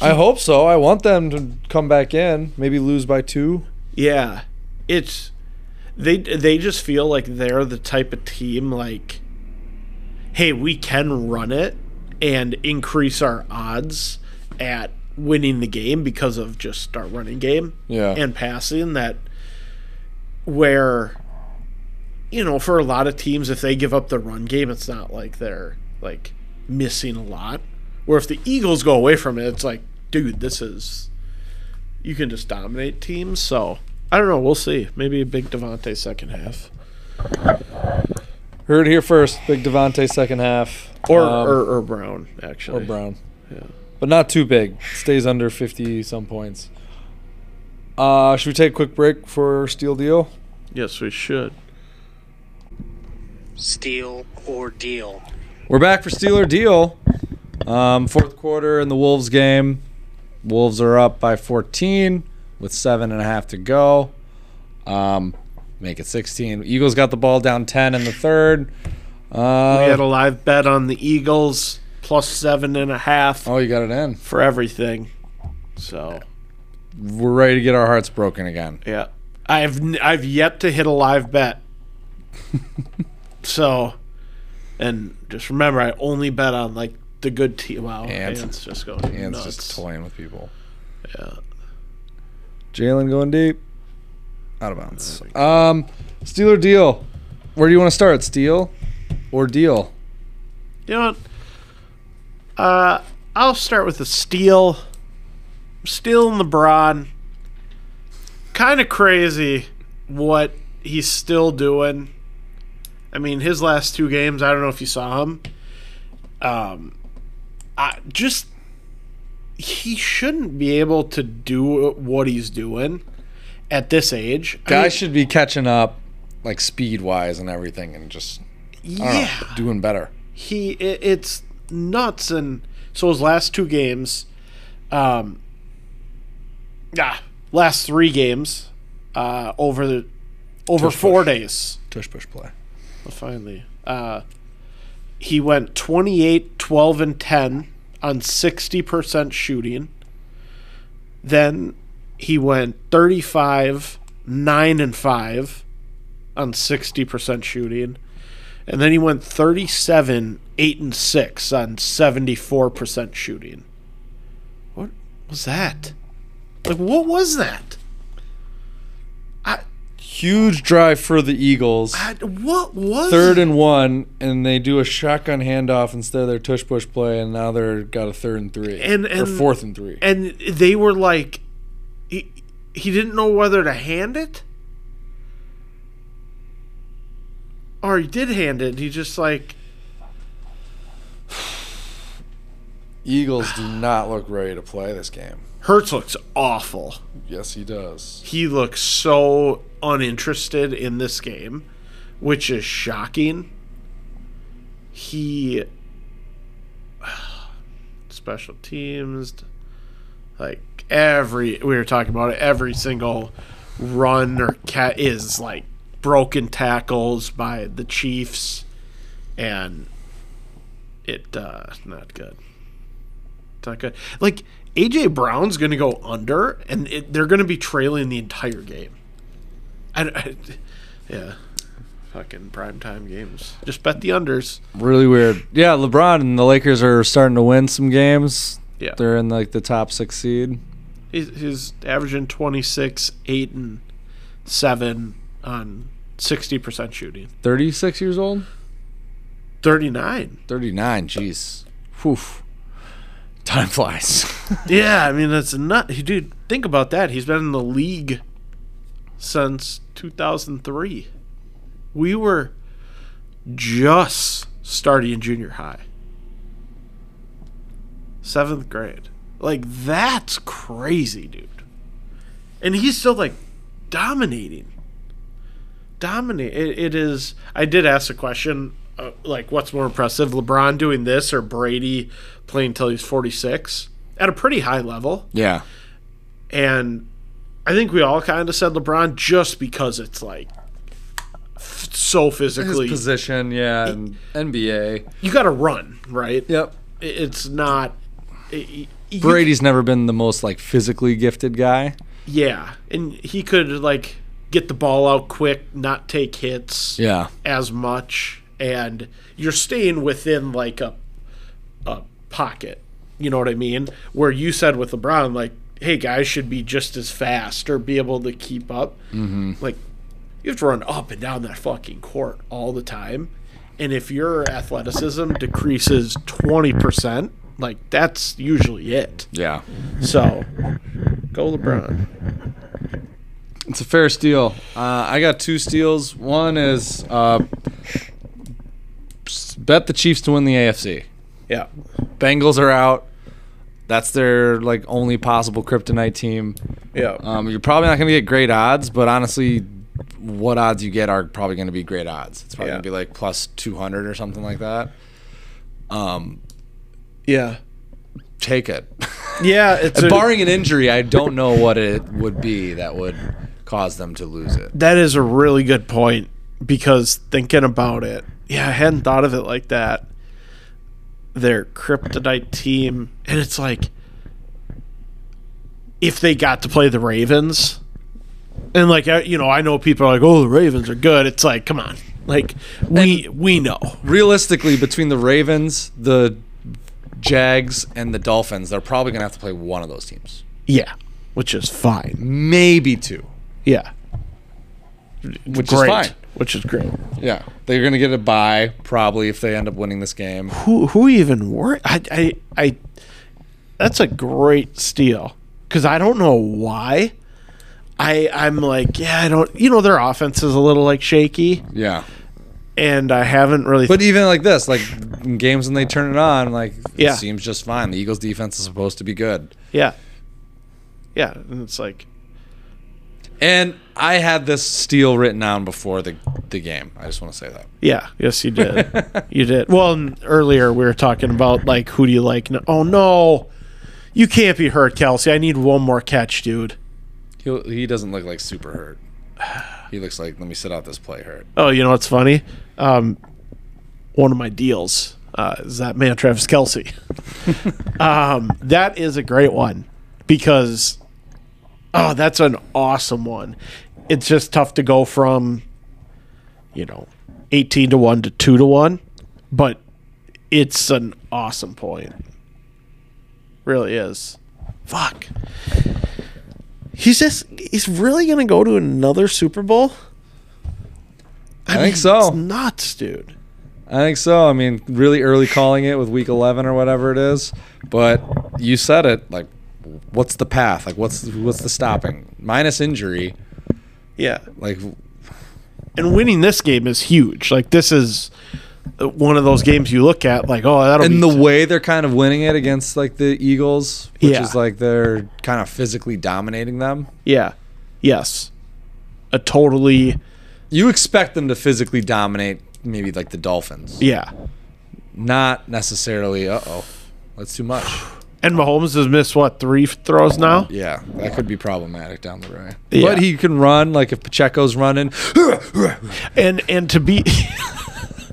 C: I hope so. I want them to come back in, maybe lose by two.
D: yeah. It's they they just feel like they're the type of team like hey, we can run it and increase our odds at winning the game because of just our running game
C: Yeah.
D: and passing that where you know, for a lot of teams if they give up the run game, it's not like they're like missing a lot. Where if the Eagles go away from it, it's like, dude, this is you can just dominate teams. So I don't know. We'll see. Maybe a big Devontae second half,
C: Heard it here first. Big Devontae second half.
D: or
C: Um,
D: or, or Brown actually.
C: or Brown. But not too big. Stays under 50 some points. Uh, should we take a quick break for Steel Deal?
D: Yes, we should.
B: Steal or deal.
C: We're back for Steeler Deal. Um, fourth quarter in the Wolves game. Wolves are up by 14 with seven and a half to go. Um, make it 16. Eagles got the ball down 10 in the third.
D: We
C: Uh,
D: had a live bet on the Eagles plus seven and a half
C: oh, you got it in.
D: for everything. So
C: We're ready to get our hearts broken again.
D: yeah, I've n- I've yet to hit a
C: *laughs*
D: live bet. so, and just remember, I only bet on like the good team. Wow,
C: Ants.
D: Ant's, just going nuts.
C: And it's just toying with people.
D: Yeah.
C: Jalen going deep. Out of bounds. Um, Steeler deal. Where do you want to start? Steal or deal?
D: You know what? Uh, I'll start with the steel. Stealing LeBron. Kind of crazy what he's still doing. I mean, his last two games, I don't know if you saw him. Um, I just he shouldn't be able to do what he's doing at this age. I
C: Guys
D: mean,
C: should be catching up, like speed wise and everything, and just I don't know,
D: yeah.
C: doing better.
D: he i it's nuts and so his last two games um ah, last three games uh over the over four days
C: Tush push play.
D: well, finally uh he went 28 12 and 10 on 60% shooting then he went 35 9 and 5 on 60% shooting and then he went 37 8 and 6 on 74% shooting what was that like what was that
C: Huge drive for the Eagles.
D: I, what was
C: Third and one, and they do a shotgun handoff instead of their tush push play, and now they're got a third and three
D: And-
C: or
D: and-
C: fourth and three.
D: and they were like he, he didn't know whether to hand it or he did hand it he just like
C: Eagles do not look ready to play this game.
D: hertz looks awful
C: Yes, he does.
D: he looks so uninterested in this game which is shocking he *sighs* special teams like every we were talking about it every single run or cat is like broken tackles by the chiefs and it uh not good it's not good like aj brown's gonna go under and it, they're gonna be trailing the entire game I, I, yeah fucking primetime games just bet the unders
C: Really weird. Yeah, LeBron and the Lakers are starting to win some games.
D: yeah
C: They're in like the top six seed.
D: he's, he's averaging 26 8 and 7 on 60% shooting
C: 36 years old?
D: 39
C: 39, jeez. Whew. Time flies.
D: yeah i mean that's not dude think about that he's been in the league since 2003 we were just starting in junior high seventh grade like that's crazy dude and he's still like dominating dominate it, it is i did ask a question uh, like what's more impressive lebron doing this or brady playing till he's 46 at a pretty high level
C: yeah.
D: and I think we all kind of said LeBron just because it's like f- so
G: His
D: physically
G: position, yeah, and NBA.
D: you got to run, right?
G: Yep.
D: I- It's not i- i-
C: Brady's never been the most like physically gifted guy.
D: yeah, and he could like get the ball out quick, not take hits
C: Yeah.
D: as much and you're staying within like a a pocket. You know what I mean? Where you said with LeBron like, "Hey, guys should be just as fast or be able to keep up." Mm-hmm. Like you have to run up and down that fucking court all the time. And if your athleticism decreases 20%, like that's usually it.
C: Yeah.
D: So go LeBron.
C: It's a fair steal. Uh, I got two steals. One is uh, s- bet the Chiefs to win the AFC.
D: Yeah.
C: Bengals are out. That's their like only possible kryptonite team.
D: Yeah.
C: Um, you're probably not going to get great odds, but honestly, what odds you get are probably going to be great odds. It's probably
D: Yeah.
C: going to be like plus 200 or something like that. Um,
D: yeah.
C: Take it. *laughs*
D: Yeah, it's a,
C: Barring an injury, I don't know what it would be that would cause them to lose it.
D: That is a really good point because thinking about it, yeah, I hadn't thought of it like that. Their kryptonite team, and it's like if they got to play the Ravens, and like I- you know, I know people are like, "Oh, the Ravens are good." It's like, come on, like we we know,
C: Realistically, between the Ravens, the Jags, and the Dolphins, they're probably going to have to play one of those teams.
D: yeah, which is fine,
C: Maybe two,
D: yeah,
C: which
D: great,
C: is fine.
D: which is great.
C: Yeah. They're going to get a bye, probably, if they end up winning this game.
D: who who even were I, I I that's a great steal because I don't know why I I'm like yeah I don't you know their offense is a little like shaky
C: Yeah.
D: and I haven't really
C: But even like this, like in games when they turn it on, like
D: Yeah.
C: it seems just fine. The Eagles' defense is supposed to be good.
D: yeah yeah and it's like
C: And I had this steal written down before the the game. I just want to say that.
D: yeah yes you did you did well and earlier we were talking about like who do you like No- oh no you can't be hurt Kelsey I need one more catch dude
C: He he doesn't look like super hurt. *sighs* He looks like let me sit out this play hurt.
D: Oh, you know what's funny? Um, one of my deals uh, is that man Travis
C: *laughs*
D: Kelsey. um, that is a great one because oh, that's an awesome one. It's just tough to go from you know eighteen to one to two to one, but it's an awesome point. Really is. Fuck. He's just he's really gonna go to another Super Bowl?
C: I, think
D: It's
C: so.
D: nuts, dude.
C: I think so. I mean, really early calling it with week eleven or whatever it is. But you said it. Like, what's the path? Like, what's what's the stopping? Minus injury.
D: Yeah.
C: Like,
D: And winning this game is huge. Like this is uh, one of those games you look at like, oh, that'll
C: and
D: be
C: the way they're kind of winning it against like the Eagles, which
D: Yeah.
C: is like they're kind of physically dominating them.
D: Yeah. Yes. A totally
C: You expect them to physically dominate maybe like the Dolphins,
D: yeah.
C: not necessarily. Uh oh, that's too much.
D: And Mahomes has missed what, three throws now?
C: Yeah, that could be problematic down the road.
D: Yeah.
C: But he can run like if Pacheco's running. *sighs*
D: And and to be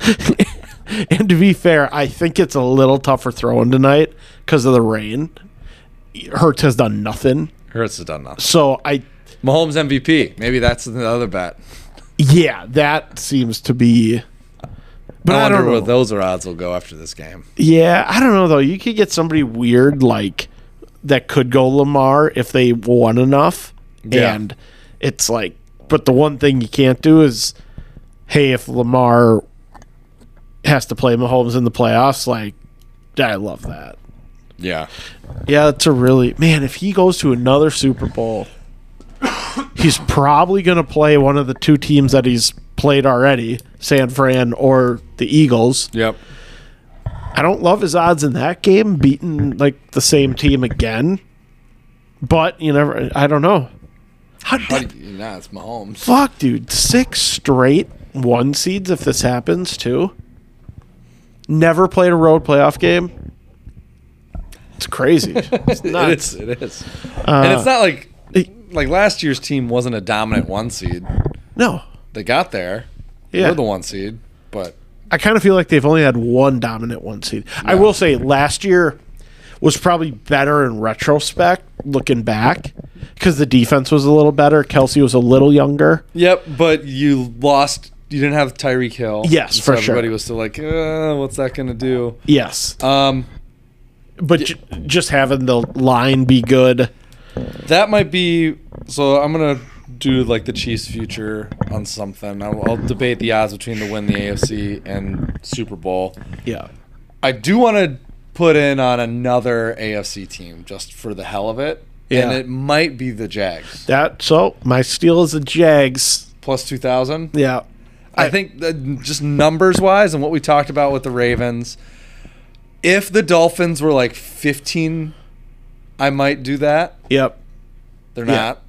D: *laughs* and to be fair, I think it's a little tougher throwing tonight because of the rain. Hurts has done nothing.
C: Hurts has done nothing.
D: So I
C: Mahomes MVP. Maybe that's the other bet.
D: yeah, that seems to be but
C: I
D: I,
C: wonder
D: don't know.
C: where those odds will go after this game.
D: Yeah, I don't know though. You could get somebody weird like that could go Lamar if they won enough.
C: Yeah.
D: And it's like but the one thing you can't do is hey, if Lamar has to play Mahomes in the playoffs, like I love that.
C: Yeah.
D: Yeah, it's a really man, if he goes to another Super Bowl, he's probably gonna play one of the two teams that he's played already, San Fran or the Eagles.
C: Yep.
D: I don't love his odds in that game, beating like the same team again. But you never, I don't know. How did that-
C: Nah, it's Mahomes.
D: fuck, dude? Six straight one seeds. If this happens too, never played a road playoff game. *laughs* It's crazy. It's nuts. Uh,
C: It is. It is. and it's not like like last year's team wasn't a dominant one seed.
D: No.
C: They got there.
D: Yeah.
C: We're the one seed, but
D: I kind of feel like they've only had one dominant one seed. I will say last year was probably better in retrospect, looking back, because the defense was a little better. Kelsey was a little younger.
C: yep. But you lost. You didn't have Tyreek Hill.
D: Yes,
C: And
D: for sure.
C: everybody was still like, uh, "What's that going to do?"
D: Yes,
C: Um,
D: but ju- just having the line be good.
C: that might be. So I'm gonna do like the Chiefs' future on something. I'll, I'll debate the odds between the win the AFC and Super Bowl.
D: Yeah.
C: I do want to put in on another AFC team just for the hell of it. And
D: Yeah.
C: it might be the Jags.
D: That so my steal is the Jags.
C: Plus 2,000.
D: Yeah.
C: I think that just numbers wise and what we talked about with the Ravens, if the Dolphins were like 15, I might do that.
D: Yep.
C: They're
D: Yeah.
C: not.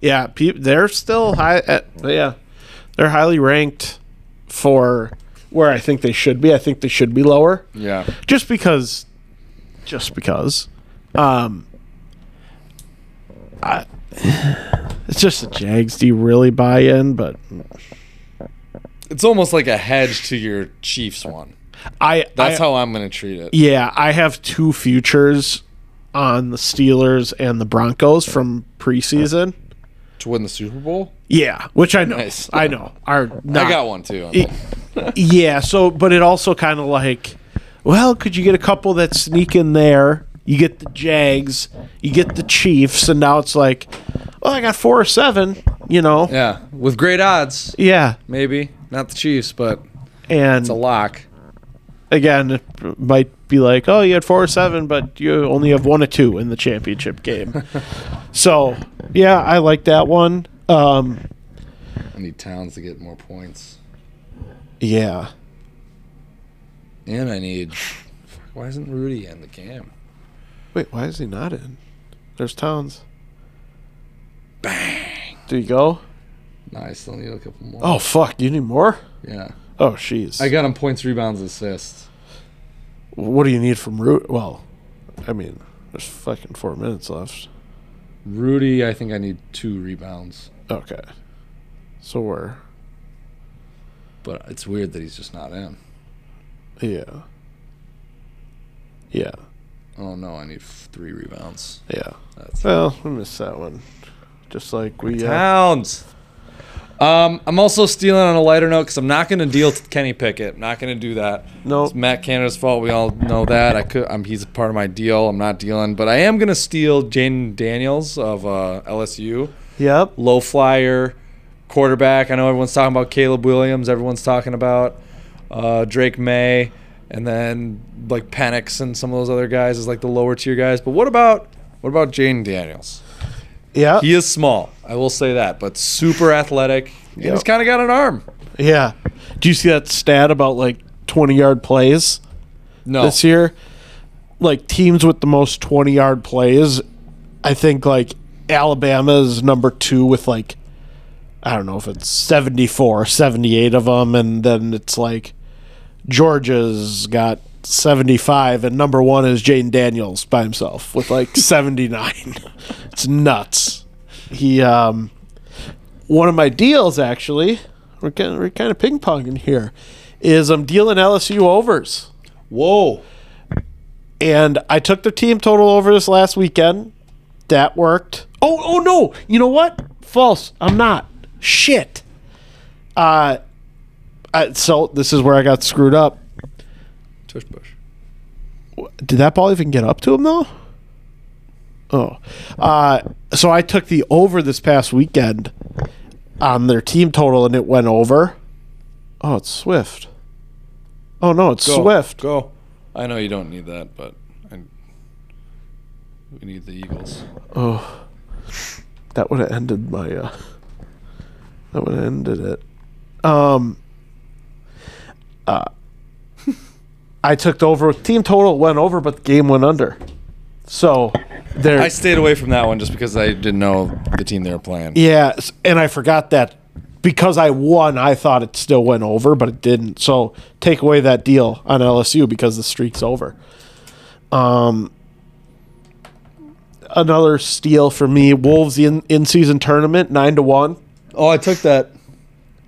D: Yeah, pe- they're still high. At, yeah, they're highly ranked for where I think they should be. I think they should be lower,
C: Yeah.
D: just because, just because. Um, I, *sighs* it's just the Jags. Do you really buy in? But
C: It's almost like a hedge to your Chiefs one.
D: I.
C: That's
D: I,
C: how I'm going to treat it.
D: Yeah, I have two futures on the Steelers and the Broncos from preseason.
C: To win the Super Bowl?
D: Yeah, which I know.
C: Nice.
D: I know. Are not,
C: I got one too. on
D: It-
C: that.
D: yeah so but it also kind of like well could you get a couple that sneak in there you get the jags you get the chiefs and now it's like well i got four or seven you know
C: Yeah.
D: yeah,
C: With great odds, maybe. Not the Chiefs, but
D: and
C: it's a lock.
D: again it might be like oh you had four or seven but you only have one or two in the
C: *laughs*
D: championship game so yeah i like that one um
C: I need Towns to get more points.
D: yeah
C: And I need. Fuck, Why isn't Rudy in the game?
D: wait why is he not in there's towns bang do you go
C: No, I still need a couple more.
D: Oh fuck! You need more?
C: Yeah.
D: Oh jeez.
C: I got him points, rebounds, assists.
D: what do you need from root? Well, I mean, there's fucking four minutes left.
C: Rudy, I think I need two rebounds.
D: Okay. So we're
C: But it's weird that he's just not in.
D: yeah, yeah,
C: Oh, no, I need f- three rebounds.
D: yeah.
C: That's
D: Well, we missed that one. Just like we. Uh,
C: Towns. Um, I'm also stealing on a lighter note because I'm not going to deal to Kenny Pickett. I'm not going to do that.
D: Nope.
C: it's Matt Canada's fault. We all know that. I could. I'm, he's a part of my deal. I'm not dealing, but I am going to steal Jaden Daniels of uh, LSU,
D: yep.
C: low flyer quarterback. I know everyone's talking about Caleb Williams. Everyone's talking about uh, Drake May, and then like Penix and some of those other guys is like the lower tier guys. But what about what about Jaden Daniels?
D: Yeah.
C: He is small. I will say that, but super athletic. And
D: Yep.
C: He's kind of got an arm.
D: Yeah. Do you see that stat about like 20 yard plays
C: No,
D: this year? Like teams with the most 20 yard plays, I think like Alabama is number two with like I don't know if it's 74, 78 of them, and then it's like Georgia's got 75, and number one is Jaden Daniels by himself with like 79. It's nuts. He, um, one of my deals actually, we're kind of, we're kind of ping ponging here, is I'm dealing LSU overs. Whoa. And I took the team total over this last weekend. That worked. Oh, oh no! You know what? False. I'm not. Shit. Uh, I, so this is where I got screwed up.
C: tush push.
D: Did that ball even get up to him though? Oh, uh, so I took the over this past weekend on their team total, and it went over. Oh, it's Swift. Oh no, it's
C: Go,
D: Swift.
C: Go. I know you don't need that, but I, we need the Eagles.
D: that would have ended my uh that would have ended it um uh *laughs* i took over with team total went over but the game went under so there
C: I stayed away from that one just because I didn't know the team they were playing.
D: yeah s- and i forgot that because i won i thought it still went over but it didn't so take away that deal on lsu because the streak's over um another steal for me. Wolves in in season tournament nine to one.
C: Oh, I took that.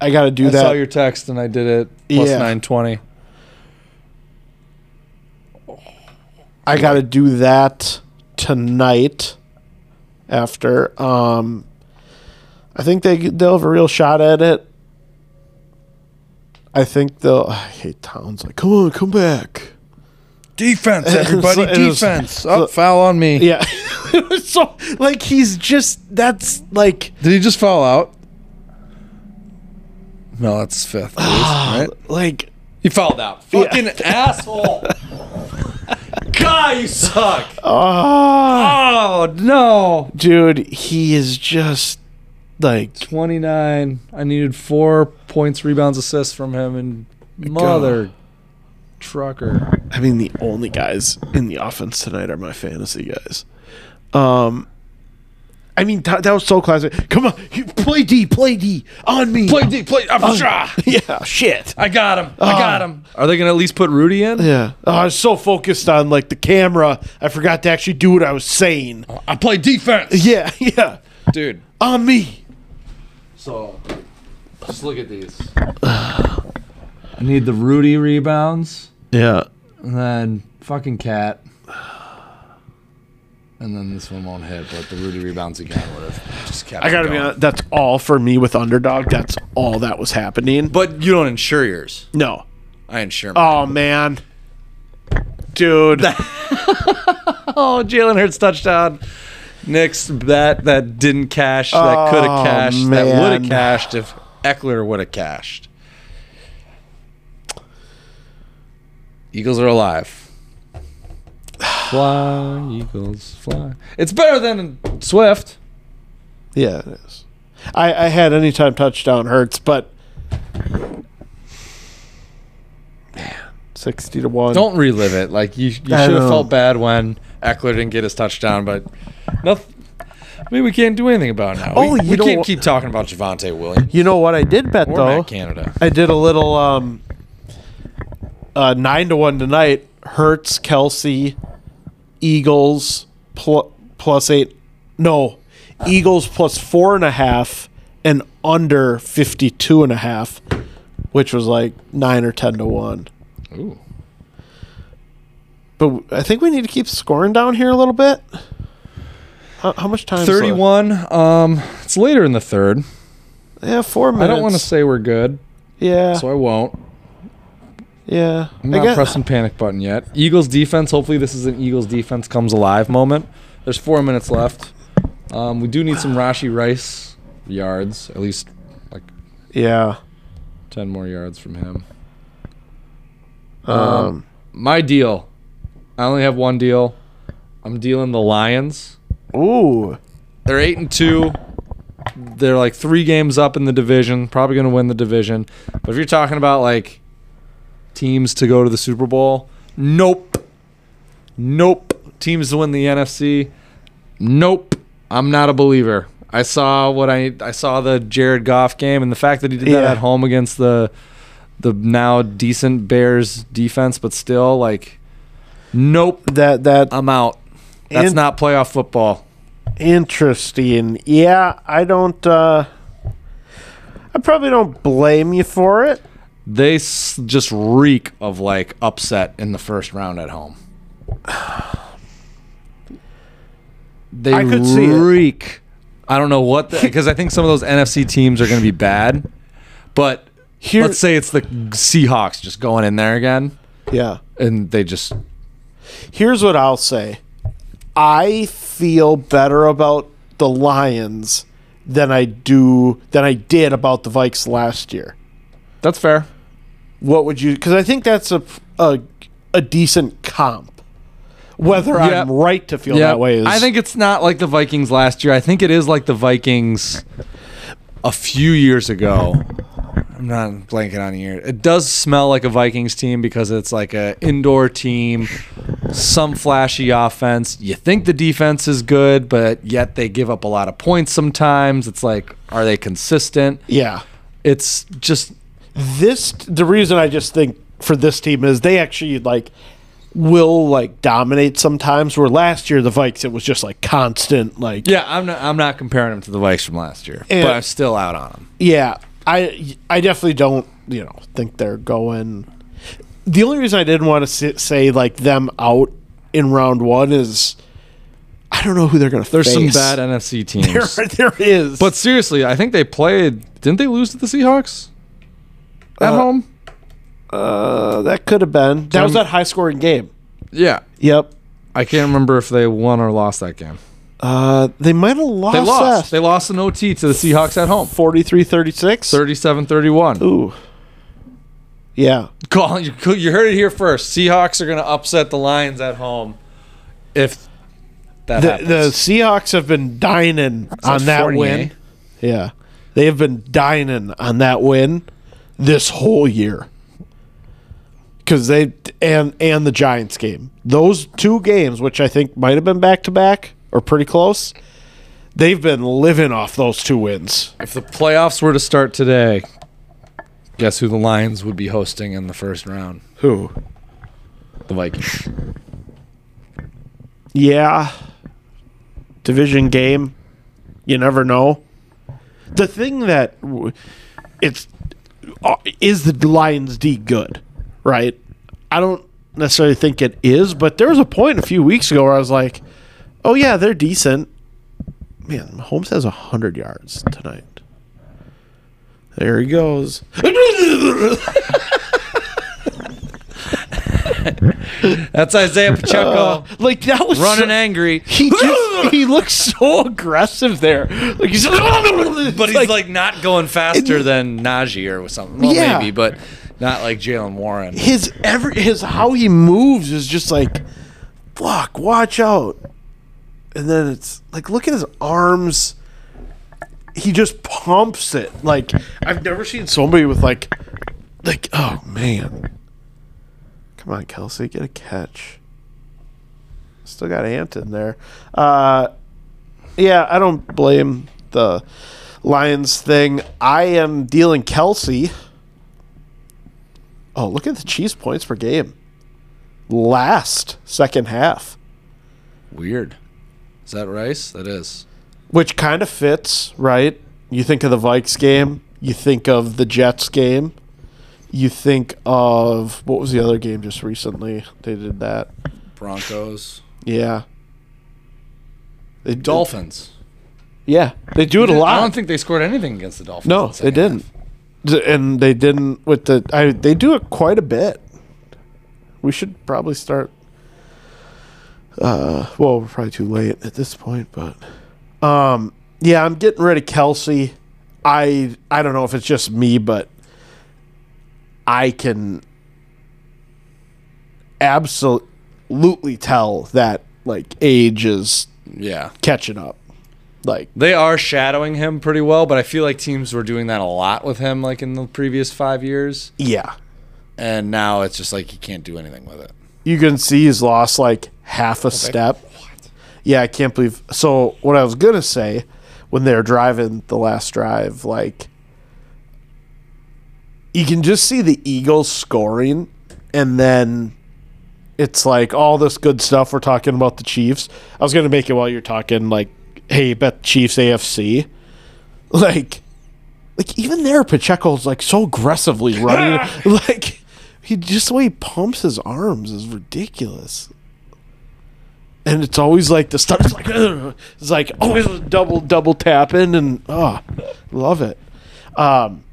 D: I got to do
C: I
D: that.
C: saw your text and I did it. Plus
D: Yeah.
C: 920.
D: I got to do that tonight. After, um, I think they they'll have a real shot at it. I think they'll. I hate Towns. Like, come on, come back.
C: *laughs* Defense,
D: everybody, It was-
C: defense.
D: defense. Oh,
C: foul on me.
D: Yeah. *laughs* so like he's just that's like
C: Did he just foul out? No, that's fifth. please, right?
D: like
C: He fouled out. Fucking *laughs* asshole. God, you suck.
D: ah
C: Oh, no.
D: dude, he is just like
C: 29. I needed four points, rebounds, assists from him, and mother trucker.
D: I mean, the only guys in the offense tonight are my fantasy guys. Um, I mean, that, that was so classic. Come on, you- play D, play D on me.
C: Play D, play. I'm sure.
D: *laughs* yeah, shit.
C: I got him. I got him. Oh. Ah. Are they going to at least put Rudy in?
D: Yeah, oh, I was so focused on like the camera, I forgot to actually do what I was saying.
C: I play defense.
D: Yeah, *laughs* yeah,
C: Dude.
D: on me.
C: So, just look at these. *sighs* I need the Rudy rebounds,
D: Yeah,
C: and then fucking cat, and then this one won't hit. But the Rudy rebounds again would have just kept.
D: I gotta be
C: going.
D: honest. That's all for me with underdog. That's all that was happening. But
C: But you don't insure yours.
D: no,
C: I insure. mine.
D: oh man, *laughs* dude.
C: Oh, Jalen Hurts touchdown. Nick's that that didn't cash. That could have
D: Oh,
C: cashed. That would
D: man.
C: have cashed if Eckler would have cashed. Eagles are alive. *sighs* Fly, Eagles, fly. It's better than Swift.
D: Yeah, it is. I, I had anytime touchdown hurts, but sixty to one.
C: Don't relive it. Like you, you should
D: I
C: have
D: know.
C: felt bad when Eckler didn't get his touchdown, but nothing. I mean, we can't do anything about it now.
D: Oh,
C: we,
D: you
C: we
D: don't
C: can't
D: wa-
C: keep talking about Javante Williams
D: you know what I did bet
C: or
D: though?
C: Matt Canada.
D: I did a little um uh nine to one tonight. Hurts, Kelsey, Eagles pl- plus eight. No, Eagles plus four and a half and under fifty two and a half, which was like nine or ten to one.
C: Ooh.
D: But w- I think we need to keep scoring down here a little bit. How, how much time?
C: 31. Um, it's later in the third.
D: Yeah, four
C: I
D: minutes.
C: don't want to say we're good,
D: Yeah,
C: so I won't.
D: yeah.
C: I'm
D: I
C: not
D: guess-
C: pressing panic button yet. Eagles defense. Hopefully, this is an Eagles defense comes alive moment. There's four minutes left. Um, we do need some Rashi Rice yards, at least like
D: yeah.
C: ten more yards from him.
D: Um,
C: My deal. I only have one deal. I'm dealing the Lions.
D: um, Ooh.
C: They're eight and two. They're like three games up in the division. Probably going to win the division. But if you're talking about like teams to go to the Super Bowl, nope, nope. Teams to win the NFC, nope. I'm not a believer. I saw what I I saw the Jared Goff game and the fact that he did that
D: Yeah.
C: at home against the the now decent Bears defense, but still like, nope.
D: That that
C: I'm out. That's
D: And-
C: not playoff football.
D: interesting. Yeah, I don't. uh I probably don't blame you for it.
C: they s- just reek of like upset in the first round at home. *sighs* They
D: I could see it.
C: reek. I don't know what because I think some of those NFC teams are going to be bad, but
D: Here,
C: let's say it's the Seahawks just going in there again
D: yeah.
C: and they just
D: Here's what I'll say. I feel better about the Lions than I do than I did about the Vikes last year.
C: that's fair.
D: what would you because i think that's a, a a decent comp whether
C: Yep.
D: i'm right to feel that way is
C: I think it's not like the Vikings last year. I think it is like the Vikings a few years ago. I'm not blanking on the year. It does smell like a Vikings team because it's like a indoor team, some flashy offense. You think the defense is good, but yet they give up a lot of points sometimes. It's like, are they consistent?
D: yeah
C: It's just
D: this the reason i just think for this team is they actually like will like dominate sometimes. Where last year the Vikes, it was just like constant like
C: Yeah, I'm not. I'm not comparing him to the Vikes from last year,
D: Yeah.
C: but I'm still out on him.
D: Yeah, I I definitely don't you know think they're going. The only reason I didn't want to say like them out in round one is I don't know who they're going to.
C: There's some
D: *laughs*
C: bad NFC teams,
D: There, there is,
C: but seriously, I think they played. Didn't they lose to the Seahawks at home?
D: uh, that could have been that was that high scoring game.
C: Yeah,
D: Yep,
C: I can't remember if they won or lost that game.
D: uh, they might have lost.
C: They lost. They lost an OT to the Seahawks at home,
D: 43-36.
C: 37-31.
D: Ooh, yeah,
C: Colin, you, cou- you heard it here first. Seahawks are going to upset the Lions at home if that
D: the,
C: happens.
D: the Seahawks have been dining on that
C: 48.
D: win. Yeah, they have been dining on that win this whole year because they and and the Giants game. Those two games, which I think might have been back to back or pretty close, they've been living off those two wins.
C: if the playoffs were to start today, guess who the Lions would be hosting in the first round?
D: Who?
C: The Vikings.
D: Yeah, division game. You never know. The thing that w- it's uh, is the Lions D good, right? I don't necessarily think it is, but there was a point a few weeks ago where I was like, "Oh yeah, they're decent." Man, Mahomes has hundred yards tonight. There he goes.
C: That's Isaiah *laughs* Pacheco
D: *laughs* Like that was
C: running
D: so-
C: angry,
D: He
C: *laughs*
D: just, he looks so aggressive there. Like he's
C: but
D: *laughs*
C: he's like, not going faster than Najee or something. Well,
D: Yeah.
C: maybe, but not like Jalen Warren.
D: his every his how he moves is just like fuck watch out and then it's like look at his arms he just pumps it like i've never seen somebody with like like oh man come on kelsey get a catch still got ant in there uh yeah i don't blame the lions thing i am dealing kelsey Oh, look at the Chiefs points per game. Last second half,
C: Weird. Is that Rice? That is.
D: which kind of fits, right? You think of the Vikes game, you think of the Jets game, you think of what was the other game just recently? They did that.
C: Broncos.
D: Yeah. They did-
C: Dolphins.
D: Yeah, they do it a lot.
C: I don't think they scored anything against the Dolphins.
D: no,
C: in the
D: they
C: second
D: didn't. D- And they didn't with the I they do it quite a bit. We should probably start uh well, we're probably too late at this point, but um yeah, I'm getting rid of Kelsey. I I don't know if it's just me, but I can absolutely tell that like age is
C: half. Yeah.
D: catching up. Like
C: They are shadowing him pretty well, but I feel like teams were doing that a lot with him, like in the previous five years.
D: yeah.
C: And now it's just like you can't do anything with it.
D: you can see he's lost like half a step. Yeah, I can't believe. So what I was gonna say when they were driving the last drive, like you can just see the Eagles scoring, and then it's like all this good stuff we're talking about the Chiefs. I was gonna make it while you're talking, like, hey, bet the Chiefs AFC, *laughs* like. Like even there, Pacheco's like so aggressively running. *laughs* like he just the way he pumps his arms is ridiculous. And it's always like the stuff is like *laughs* "Ugh." it's like always a double double tapping and oh love it. Um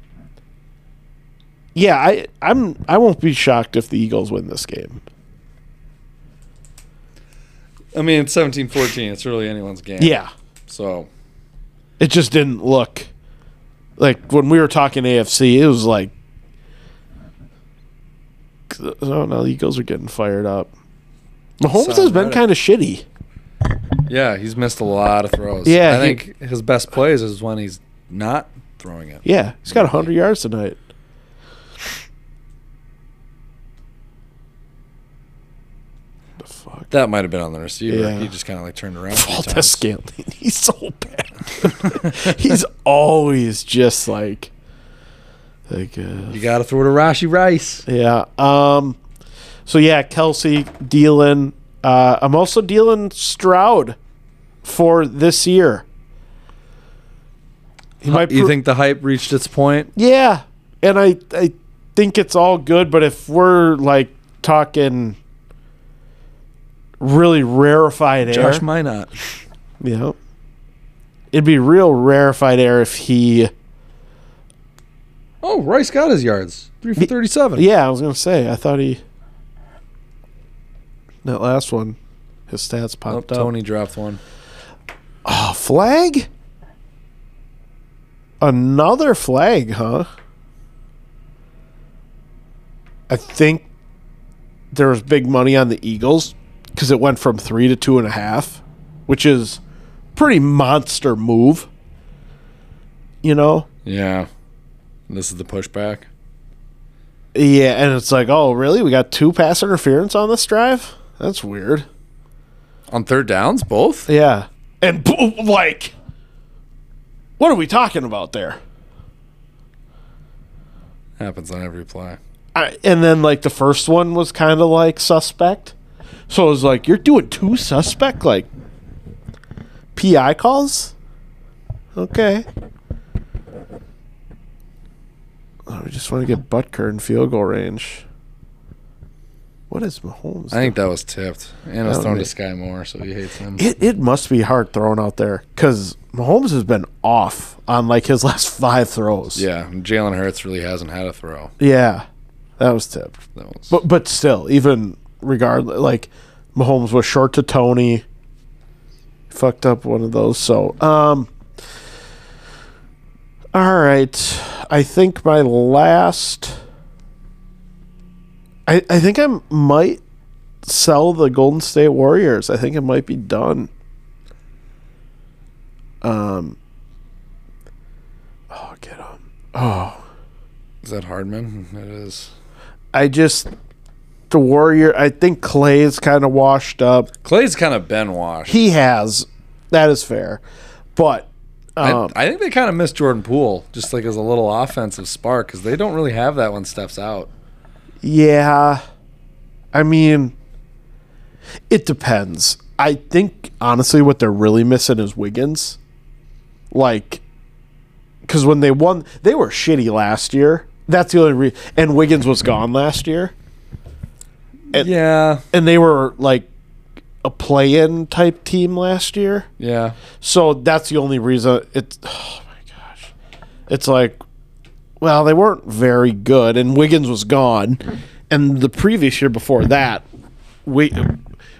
D: yeah, I I'm I won't be shocked if the Eagles win this game.
C: I mean, it's 17 14. It's really anyone's game.
D: Yeah.
C: So,
D: It just didn't look like when we were talking AFC, it was like oh no, the Eagles are getting fired up. Mahomes
C: on
D: has been
C: Reddit.
D: kind of shitty.
C: yeah, he's missed a lot of throws.
D: Yeah,
C: I
D: he-
C: think his best plays is when he's not throwing it.
D: Yeah, he's got 100 yards tonight. The fuck?
C: That might have been on the receiver.
D: Yeah.
C: He just kind of like turned around. a few
D: Valdez
C: times.
D: Scantling, *laughs* he's so bad. *laughs* he's always just like, like, uh,
C: You got to throw to Rashi Rice.
D: yeah. Um, So yeah, Kelsey dealing. Uh, I'm also dealing Stroud for this year. He might
C: You
D: pro-
C: think the hype reached its point?
D: yeah, and I I think it's all good, but if we're like talking really rarefied air,
C: Josh Minot.
D: yeah, it'd be real rarefied air if he.
C: Oh, Rice got his yards. Three for thirty-seven.
D: Yeah, I was gonna say. I thought he. That last one, his stats
C: Oh,
D: popped up.
C: Tony dropped one.
D: A flag? Another flag, huh? I think there was big money on the Eagles because it went from three to two and a half, which is pretty monster move. You know?
F: Yeah. This is the pushback.
D: Yeah, and it's like, oh, really? We got two pass interference on this drive? That's weird.
C: On third downs, both?
D: Yeah. And boom, like, what are we talking about there?
F: Happens on every play.
D: I, and then like the first one was kind of like suspect. So it was like you're doing two suspect like PI calls. Okay. Oh, we just want to get Butker in field goal range. What is Mahomes?
F: I think that was tipped. And it was
D: That
F: thrown
D: would
F: to
D: be-
F: Sky Moore, so he hates him.
D: it it must be hard throwing out there because Mahomes has been off on like his last five throws.
F: Yeah. Jalen Hurts really hasn't had a throw.
D: yeah, that was tipped.
F: That was,
D: But but still, even regardless, like Mahomes was short to Tony, fucked up one of those. So um, all right, I think my last. I I think I might sell the Golden State Warriors. I think it might be done. Um. Oh, get him.
F: is that Hardman? It is.
D: I just the Warrior. I think Clay is kind of washed up.
F: Clay's kind of been washed.
D: He has. That is fair, but um,
F: I, I think they kind of miss Jordan Poole, just like as a little offensive spark, because they don't really have that when Steph's out.
D: yeah, I mean, it depends. I think honestly, what they're really missing is Wiggins, like, because when they won, they were shitty last year. That's the only reason. And Wiggins was gone last year.
C: Yeah.
D: and they were like a play-in type team last year.
C: Yeah.
D: So that's the only reason it's *sighs* oh my gosh. It's like well, they weren't very good and Wiggins was gone and the previous year before that, we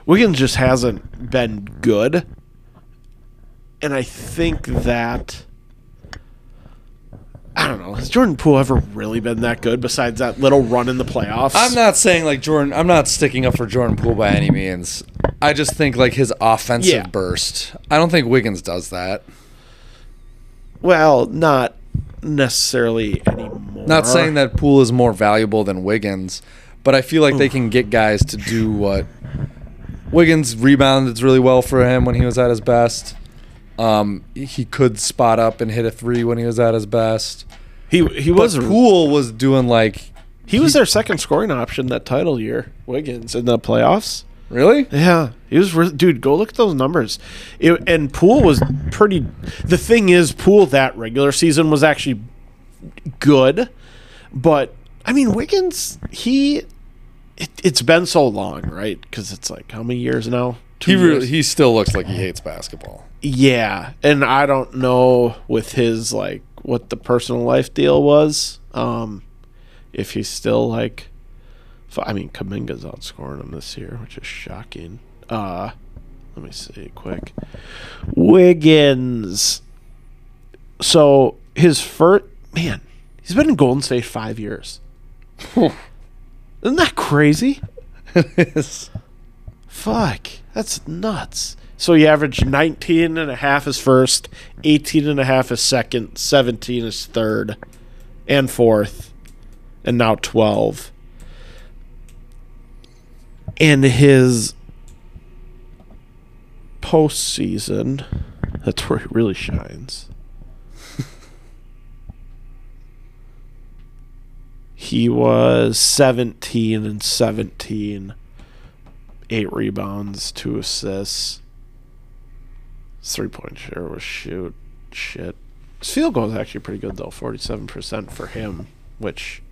D: Wiggins just hasn't been good. And I think that I don't know. Has Jordan Poole ever really been that good besides that little run in the playoffs?
C: I'm not saying like Jordan. I'm not sticking up for Jordan Poole by any means. I just think like his offensive
D: Yeah.
C: burst. I don't think Wiggins does that.
D: Well, not necessarily anymore.
C: Not saying that Poole is more valuable than Wiggins, but I feel like they can get guys to do what Wiggins rebounded really well for him when he was at his best. Um, he could spot up and hit a three when he was at his best.
D: he he
C: But
D: was
C: Poole was doing like
D: he was their second scoring option that title year. Wiggins in the playoffs.
C: really.
D: Yeah, he was. re- Dude, go look at those numbers. It, and Poole was pretty. The thing is, Poole that regular season was actually good, but I mean Wiggins, he. It, it's been so long, right? Because it's like how many years now? Two
C: He really,
D: years?
C: he still looks like he hates basketball.
D: Yeah, and I don't know with his like what the personal life deal was. Um if he's still like f- I mean Kaminga's outscoring him this year, which is shocking. Uh let me see quick. Wiggins. So his first man, he's been in Golden State 5 years. Isn't that crazy? Fuck, that's nuts. So he averaged 19 and a half his first, 18 and a half his second, 17 his third, and fourth, and now 12. In his postseason, that's where he really shines. *laughs* He was 17 and 17. Eight rebounds, two assists. His three point share was shoot. Shit. His field goal is actually pretty good, though 47% for him, which.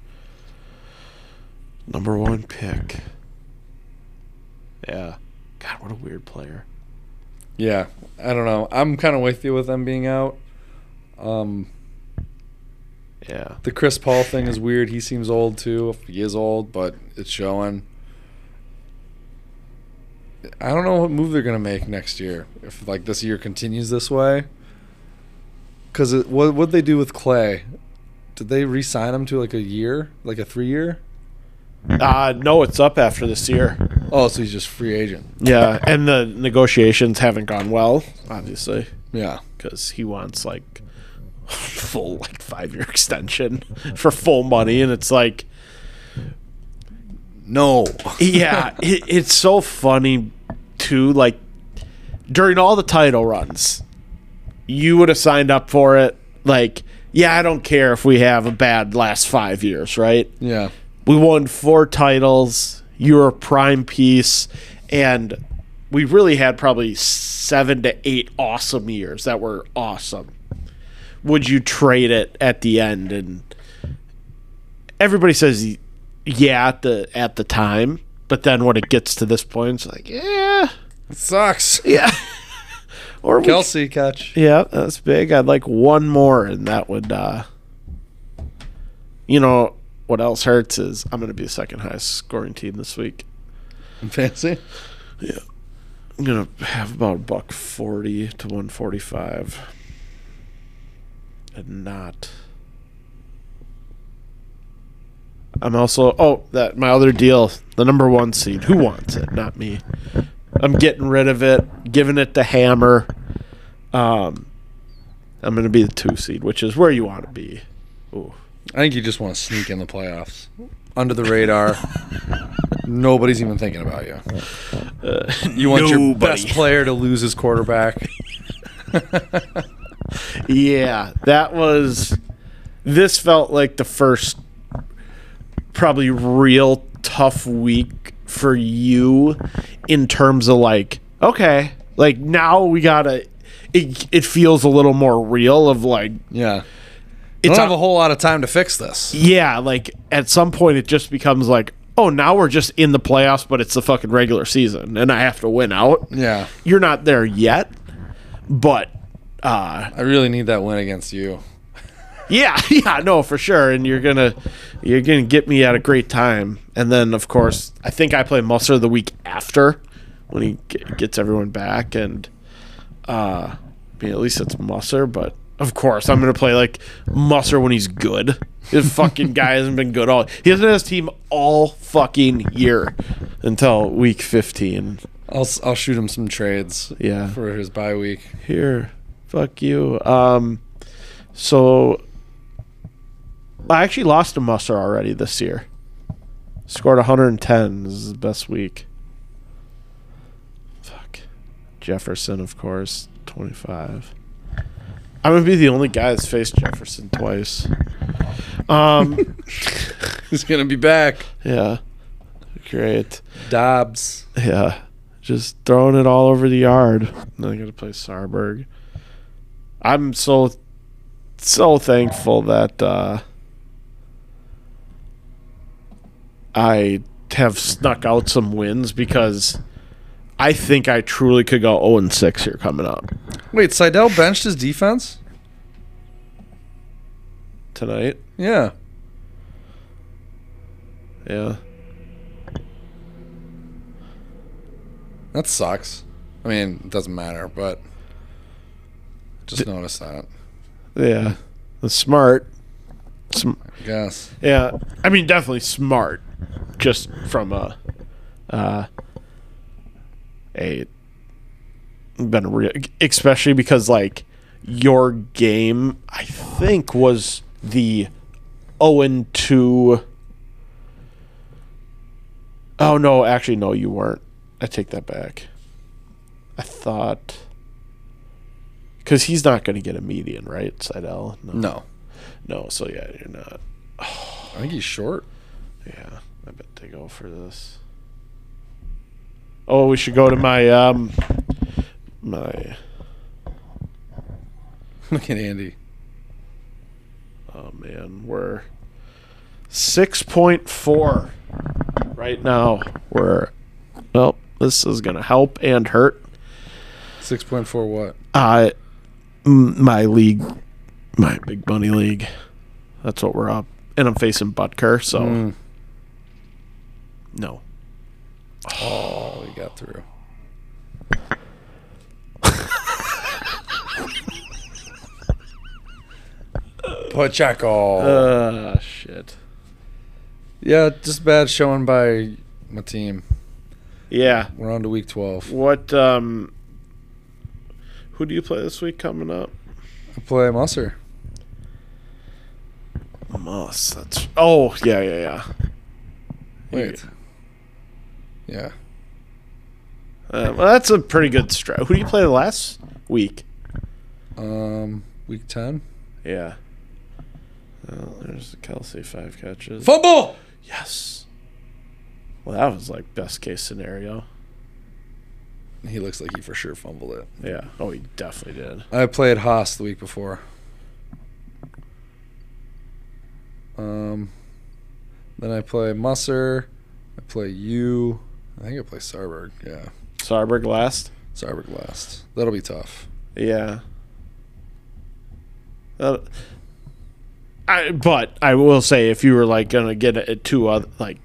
D: Number one pick. Yeah. God, what a weird player.
C: Yeah, I don't know. I'm kind of with you with them being out. Um,
D: Yeah.
C: the Chris Paul thing is weird. He seems old too. If he is old, but it's showing. I don't know what move they're gonna make next year. If like this year continues this way, because what what they do with Clay? Did they re-sign him to like a year, like a three-year?
D: Uh, no, it's up after this year.
C: Oh, so he's just free agent.
D: Yeah, and the negotiations haven't gone well, obviously,
C: Yeah.
D: because he wants like *laughs* full like five year extension *laughs* for full money, and it's like,
C: No.
D: *laughs* yeah, it, it's so funny too. Like during all the title runs, you would have signed up for it. Like, yeah, I don't care if we have a bad last five years, right?
C: Yeah.
D: we won four titles. You were a prime piece, and we really had probably seven to eight awesome years that were awesome. Would you trade it at the end? And everybody says, y- yeah, at the at the time, but then when it gets to this point, it's like, yeah,
C: Sucks.
D: yeah, *laughs* or we,
C: Kelsey catch.
D: yeah, that's big. I'd like one more, and that would, uh, you know, what else hurts is I'm going to be the second highest scoring team this week.
C: Fancy.
D: I'm going to have about a buck 40 to 145. And not. I'm also, oh, that my other deal, the number one seed. Who wants it? Not me. I'm getting rid of it, giving it the hammer. Um, I'm going to be the two seed, which is where you want to be. Ooh.
C: I think you just want to sneak in the playoffs under the radar. Nobody's even thinking about you. you want your best player to lose his quarterback.
D: Yeah, that was. This felt like the first, probably real tough week for you in terms of like, okay, like now we gotta. It, it feels a little more real of like
C: Yeah. You
D: it's
C: don't have
D: a-
C: a whole lot of time to fix this.
D: yeah like at some point it just becomes like oh now we're just in the playoffs but it's the fucking regular season and I have to win out
C: Yeah.
D: you're not there yet but uh
C: I really need that win against you.
D: Yeah, *laughs* yeah, no, for sure. And you're gonna you're gonna get me at a great time. And then of course, I think I play Musser the week after when he g- gets everyone back. And uh, I mean, at least it's Musser. But of course, I'm gonna play like Musser when he's good. This fucking guy hasn't been good all. He hasn't had his team all fucking year until week 15.
C: I'll, s- I'll shoot him some trades
D: Yeah.
C: for his bye week. *laughs*
D: Here, fuck you. Um, so I actually lost a muster already this year. Scored 110 this is the best week. Fuck. Jefferson, of course, 25. I'm gonna be the only guy that's faced Jefferson twice. Um, *laughs*
C: He's going to be back.
D: yeah, great.
C: Dobbs.
D: Yeah, just throwing it all over the yard. Then I got to play Sarberg. I'm so so thankful that uh, I have snuck out some wins because I think I truly could go 0 and 6 here coming up
C: Wait, Seidel benched his defense?
D: tonight.
C: Yeah.
D: Yeah.
C: That sucks. I mean, it doesn't matter, but just noticed that.
D: Yeah. That's smart. Sm-
C: I guess.
D: Yeah, I mean, definitely smart, just from a, uh, a been real, especially because like your game, I think was the zero and two. Oh no, actually no, you weren't. I take that back. I thought because he's not going to get a median, right, Seidel?
C: No.
D: No, so yeah, you're not.
C: I think he's short.
D: Yeah, I bet they go for this. Oh, we should go to my um my
C: *laughs* Look at Andy.
D: oh man, we're six point four right now. We're well, this is gonna help and hurt.
C: Six point four. What?
D: Uh m- my league my big bunny league. That's what we're up. And I'm facing Butker, so no.
C: Oh, he got *laughs* through. Pacheco.
D: Uh shit.
C: yeah, just bad showing by my team.
D: Yeah.
C: We're on to week twelve.
D: What um who do you play this week coming up?
C: I play Musser.
D: Moss, that's Oh, yeah, yeah, yeah.
C: Wait. Yeah.
D: Uh, well, that's a pretty good strat. Who do you play last week?
C: Um, week ten.
D: Yeah. Well, there's Kelsey five catches.
C: Fumble.
D: Yes. Well, that was like best case scenario.
C: He looks like he for sure fumbled it.
D: Yeah. Oh, he definitely did.
C: I played Haas the week before. Um, then I play Musser. I play you. I think I play Sarberg. Yeah,
D: Sarberg last.
C: Sarberg last. That'll be tough.
D: Yeah. Uh, I but I will say if you were like gonna get it two other like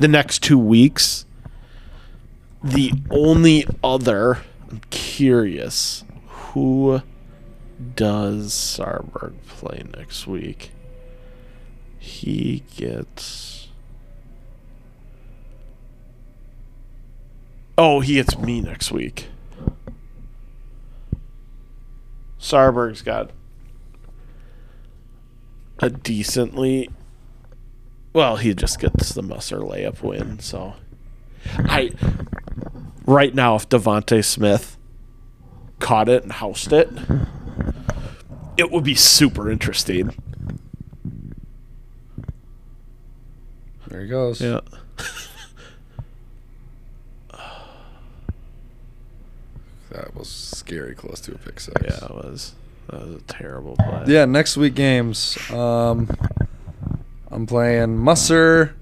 D: the next two weeks, the only other I'm curious who does Sarberg play next week? He gets. Oh, he gets me next week. Sarberg's got a decently well, he just gets the Musser layup win, so I right now if Devonte Smith caught it and housed it, it would be super interesting.
C: There he goes. That was scary close to a pick six.
D: Yeah, it was that was a terrible play.
C: Yeah, next week games. Um, I'm playing Musser.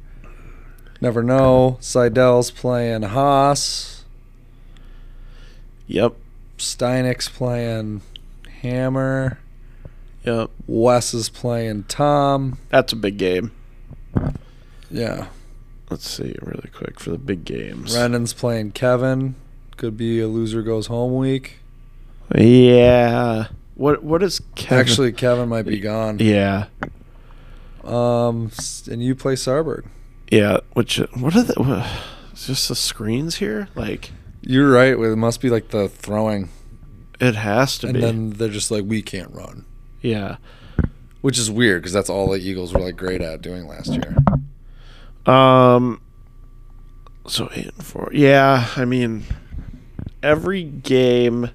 C: Never know. Seidel's playing Haas.
D: Yep.
C: Steinek's playing Hammer.
D: Yep.
C: Wes is playing Tom.
D: That's a big game.
C: Yeah.
D: Let's see really quick for the big games.
C: Brennan's playing Kevin. Could be a loser goes home *laughs* week.
D: Yeah. What what is Kevin?
C: Actually, Kevin might be gone.
D: yeah.
C: Um, s- and you play Sarberg.
D: Yeah, which what are the what, it's just the screens here? Like
C: You're right. It must be like the throwing,
D: it has to
C: and
D: be.
C: then they're just like we can't run,
D: yeah.
C: which is weird because that's all the Eagles were like great at doing last year.
D: Um so 8 and 4. Yeah, I mean every game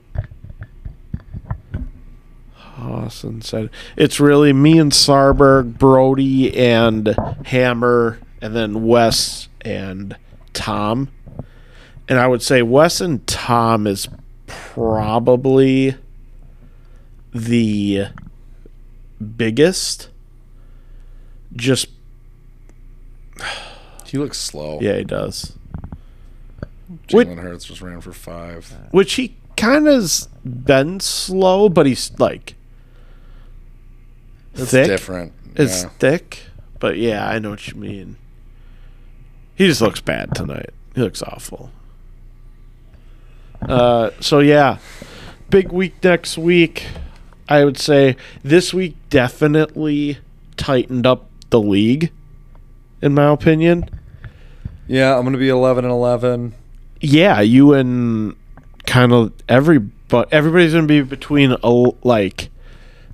D: Austin said it's really me and Sarberg, Brody and Hammer and then Wes and Tom. And I would say Wes and Tom is probably the biggest just
C: He looks slow.
D: yeah, he does.
C: Jalen Hurts just ran for five.
D: Which he kind of's been slow, but he's like
C: It's
D: thick.
C: different.
D: It's
C: yeah.
D: thick, but yeah, I know what you mean. He just looks bad tonight. He looks awful. Uh, so yeah, big week next week. I would say this week definitely tightened up the league, in my opinion.
C: yeah. I'm gonna be 11 and 11.
D: yeah, you and kind of every but everybody's gonna be between a l- like.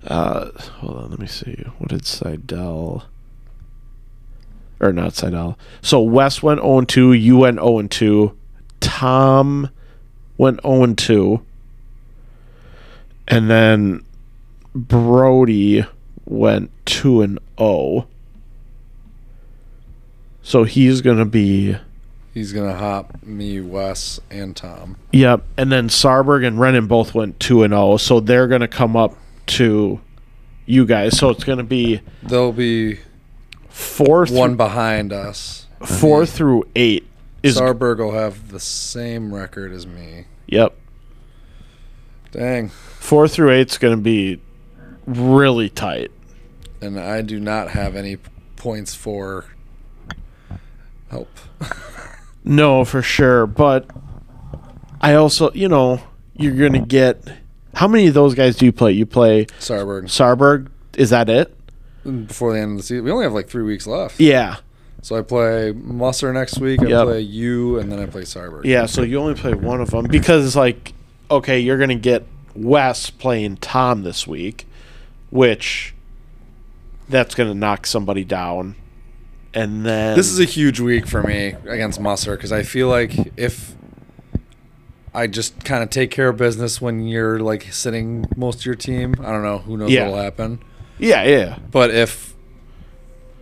D: Uh, hold on, let me see. What did Seidel? Or not Seidel. So Wes went 0 2, you went 0 2, Tom went 0 2, and then Brody went 2 and 0. oh. So he's going to be.
C: He's gonna hop me, Wes, and Tom.
D: Yep. And then Sarberg and Rennan both went 2 and 0. So they're going to come up to you guys. So it's going to be
C: They'll be
D: 4 through,
C: one behind us.
D: 4 through 8 is
C: Sarberg will have the same record as me.
D: Yep.
C: Dang.
D: 4 through 8 is going to be really tight.
C: And I do not have any points for help.
D: No, for sure. But I also, you know, you're going to get. How many of those guys do you play? You play
C: Sarberg.
D: Sarberg. Is that it?
C: Before the end of the season, we only have like three weeks left.
D: Yeah.
C: So I play Musser next week. I
D: Yep.
C: play you, and then I play Sarberg.
D: Yeah. So you only play one of them because it's like, okay, you're going to get Wes playing Tom this week, which that's going to knock somebody down. And then.
C: This is a huge week for me against Musser because I feel like if I just kind of take care of business when you're like sitting most of your team, I don't know who knows
D: Yeah.
C: what'll happen.
D: Yeah, yeah.
C: But if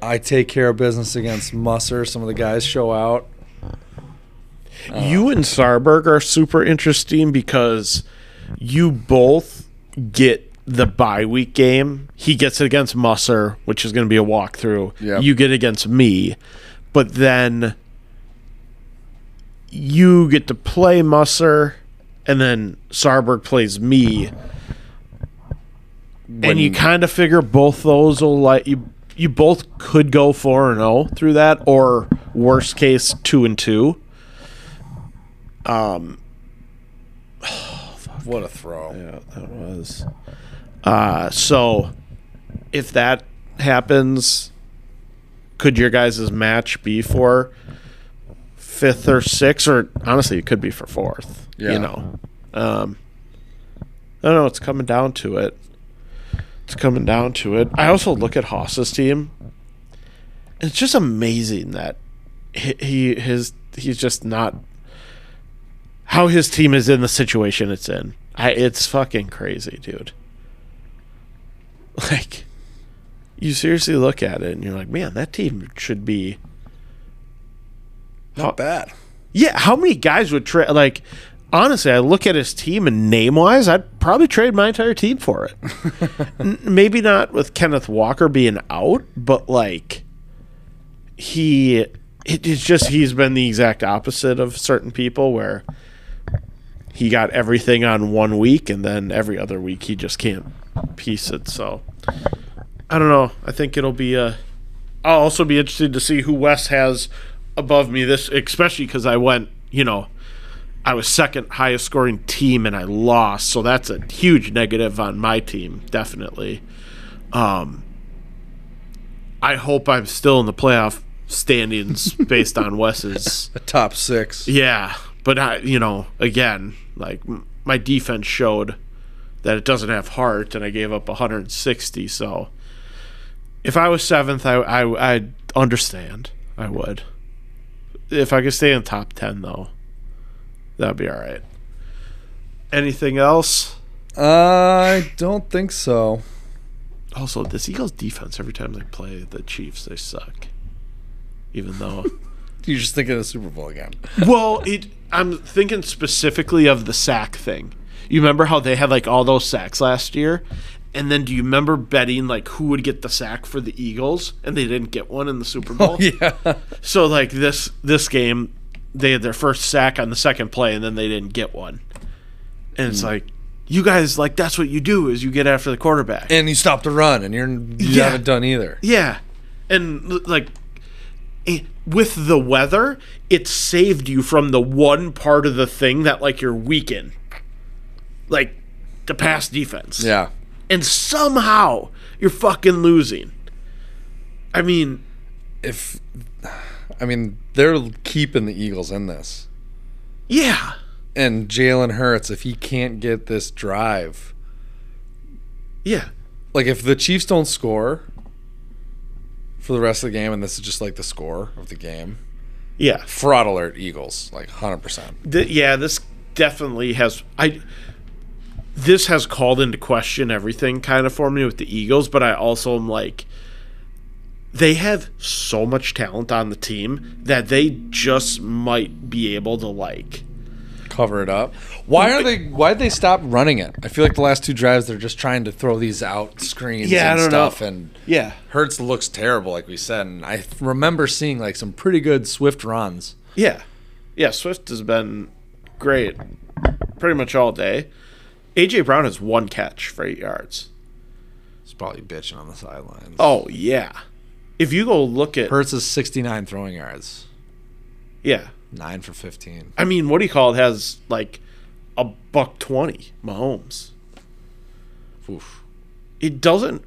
C: I take care of business against Musser, some of the guys show out.
D: you and Sarberg are super interesting because you both get the bye week game. He gets it against Musser, which is going to be a walkthrough.
C: Yep.
D: You get against me, but then you get to play Musser, and then Sarberg plays me. and you kind of figure both those will like you. You both could go four and zero through that, or worst case two and two.
C: What a throw!
D: Yeah, that was. Uh, so, if that happens, could your guys' match be for fifth or sixth, or honestly, it could be for fourth?
C: Yeah.
D: You know, um, I don't know. It's coming down to it. It's coming down to it. I also look at Haas's team. It's just amazing that he- he his he's just not how his team is in the situation it's in. I it's fucking crazy, dude. Like you seriously look at it and you're like, man, that team should be
C: Not bad.
D: Yeah, how many guys would trade like honestly, I look at his team and name wise, I'd probably trade my entire team for it. N- maybe not with Kenneth Walker being out, but like he it is just he's been the exact opposite of certain people where he got everything on one week and then every other week he just can't piece it so i don't know i think it'll be a i'll also be interested to see who wes has above me this especially because i went you know i was second highest scoring team and i lost so that's a huge negative on my team definitely um i hope i'm still in the playoff standings based on *laughs* wes's
C: The top six.
D: yeah, but I, you know, again, like m- my defense showed that it doesn't have heart, and I gave up 160. So if I was seventh, I I I'd understand. I would. If I could stay in top ten, though, that'd be all right. Anything else?
C: I don't think so.
D: Also, this Eagles defense every time they play the Chiefs, they suck. Even though.
C: You just think of the Super Bowl again.
D: Well, it. I'm thinking specifically of the sack thing. You remember how they had like all those sacks last year, and then do you remember betting like who would get the sack for the Eagles, and they didn't get one in the Super Bowl?
C: *laughs* Yeah.
D: So like this this game, they had their first sack on the second play, and then they didn't get one. And it's like, you guys like that's what you do is you get after the quarterback.
C: And you stop the run, and you're you
D: Yeah.
C: haven't done either.
D: Yeah, and l- like eh, with the weather, it saved you from the one part of the thing that like you're weak in, like the pass defense.
C: Yeah.
D: and somehow you're fucking losing. I mean,
C: If I mean they're keeping the Eagles in this.
D: yeah,
C: and Jalen Hurts if he can't get this drive.
D: yeah,
C: Like if the Chiefs don't score for the rest of the game, and this is just like the score of the game.
D: yeah.
C: Fraud alert, Eagles, like hundred percent.
D: Th- yeah, this definitely has I this has called into question everything kind of for me with the Eagles, but I also am like they have so much talent on the team that they just might be able to like
C: cover it up. Why are they? Why did they stop running it? I feel like the last two drives they're just trying to throw these out screens.
D: Yeah, I
C: and
D: don't know.
C: stuff And
D: yeah
C: Hertz looks terrible, like we said. And I th- remember seeing like some pretty good swift runs.
D: Yeah. Yeah, Swift has been great pretty much all day. AJ Brown has one catch for eight yards.
C: He's probably bitching on the sidelines.
D: Oh yeah. If you go look at
C: Hertz is 69 throwing yards,
D: yeah.
C: nine for 15.
D: I mean what do you call it has like a buck twenty Mahomes.
C: Oof.
D: It doesn't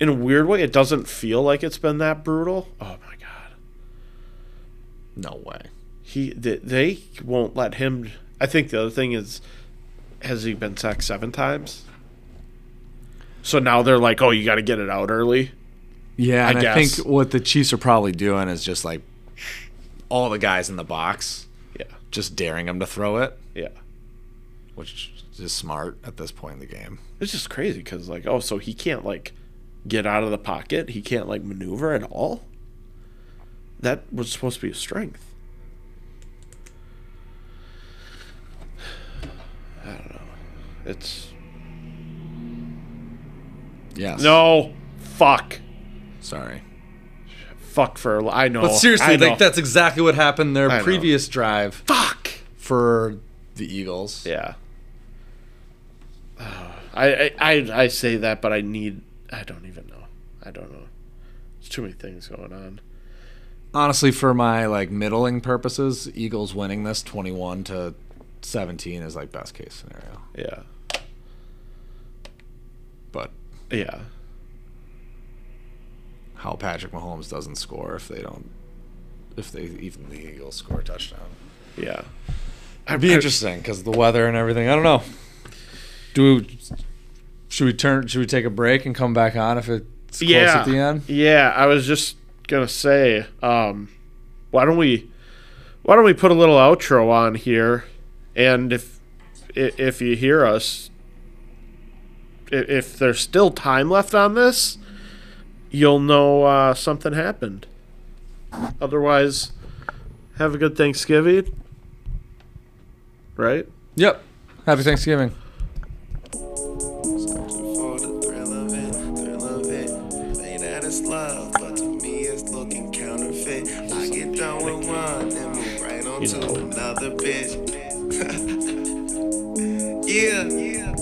D: in a weird way, it doesn't feel like it's been that brutal. Oh my god.
C: No way.
D: He they, they won't let him I think the other thing is has he been sacked seven times? So now they're like, Oh, you gotta get it out early.
C: Yeah, and I,
D: guess.
C: think what the Chiefs are probably doing is just like all the guys in the box,
D: Yeah.
C: just daring them to throw it,
D: Yeah.
C: which is smart at this point in the game.
D: It's just crazy because, like, oh, so he can't, like, get out of the pocket? He can't, like, maneuver at all? That was supposed to be a strength. I don't know. It's.
C: Yes.
D: No! Fuck.
C: Sorry.
D: Fuck for. I know.
C: But seriously,
D: Oh, I know.
C: like that's exactly what happened
D: I
C: their
D: know.
C: previous drive
D: Fuck!
C: for the Eagles.
D: Yeah. *sighs* I, I, I, I say that, but I need. I don't even know. I don't know. There's too many things going on.
C: Honestly, for my like middling purposes, Eagles winning this 21 to 17 is like best case scenario.
D: Yeah.
C: But
D: Yeah.
C: how Patrick Mahomes doesn't score if they don't if they even the Eagles score a touchdown.
D: Yeah.
C: It'd be interesting cuz the weather and everything. I don't know. Do we should we turn should we take a break and come back on if it's close
D: yeah.
C: at the end?
D: Yeah, I was just gonna say, um, why don't we, why don't we put a little outro on here, and if i- if you hear us, i- if there's still time left on this, you'll know uh, something happened. Otherwise, have a good Thanksgiving. Right?
C: Yep. Happy Thanksgiving.
H: for the thrill of it, thrill of it. Say that it's love, but to me it's looking counterfeit. I get done with one and move right on to another bitch. *laughs* yeah. Uh,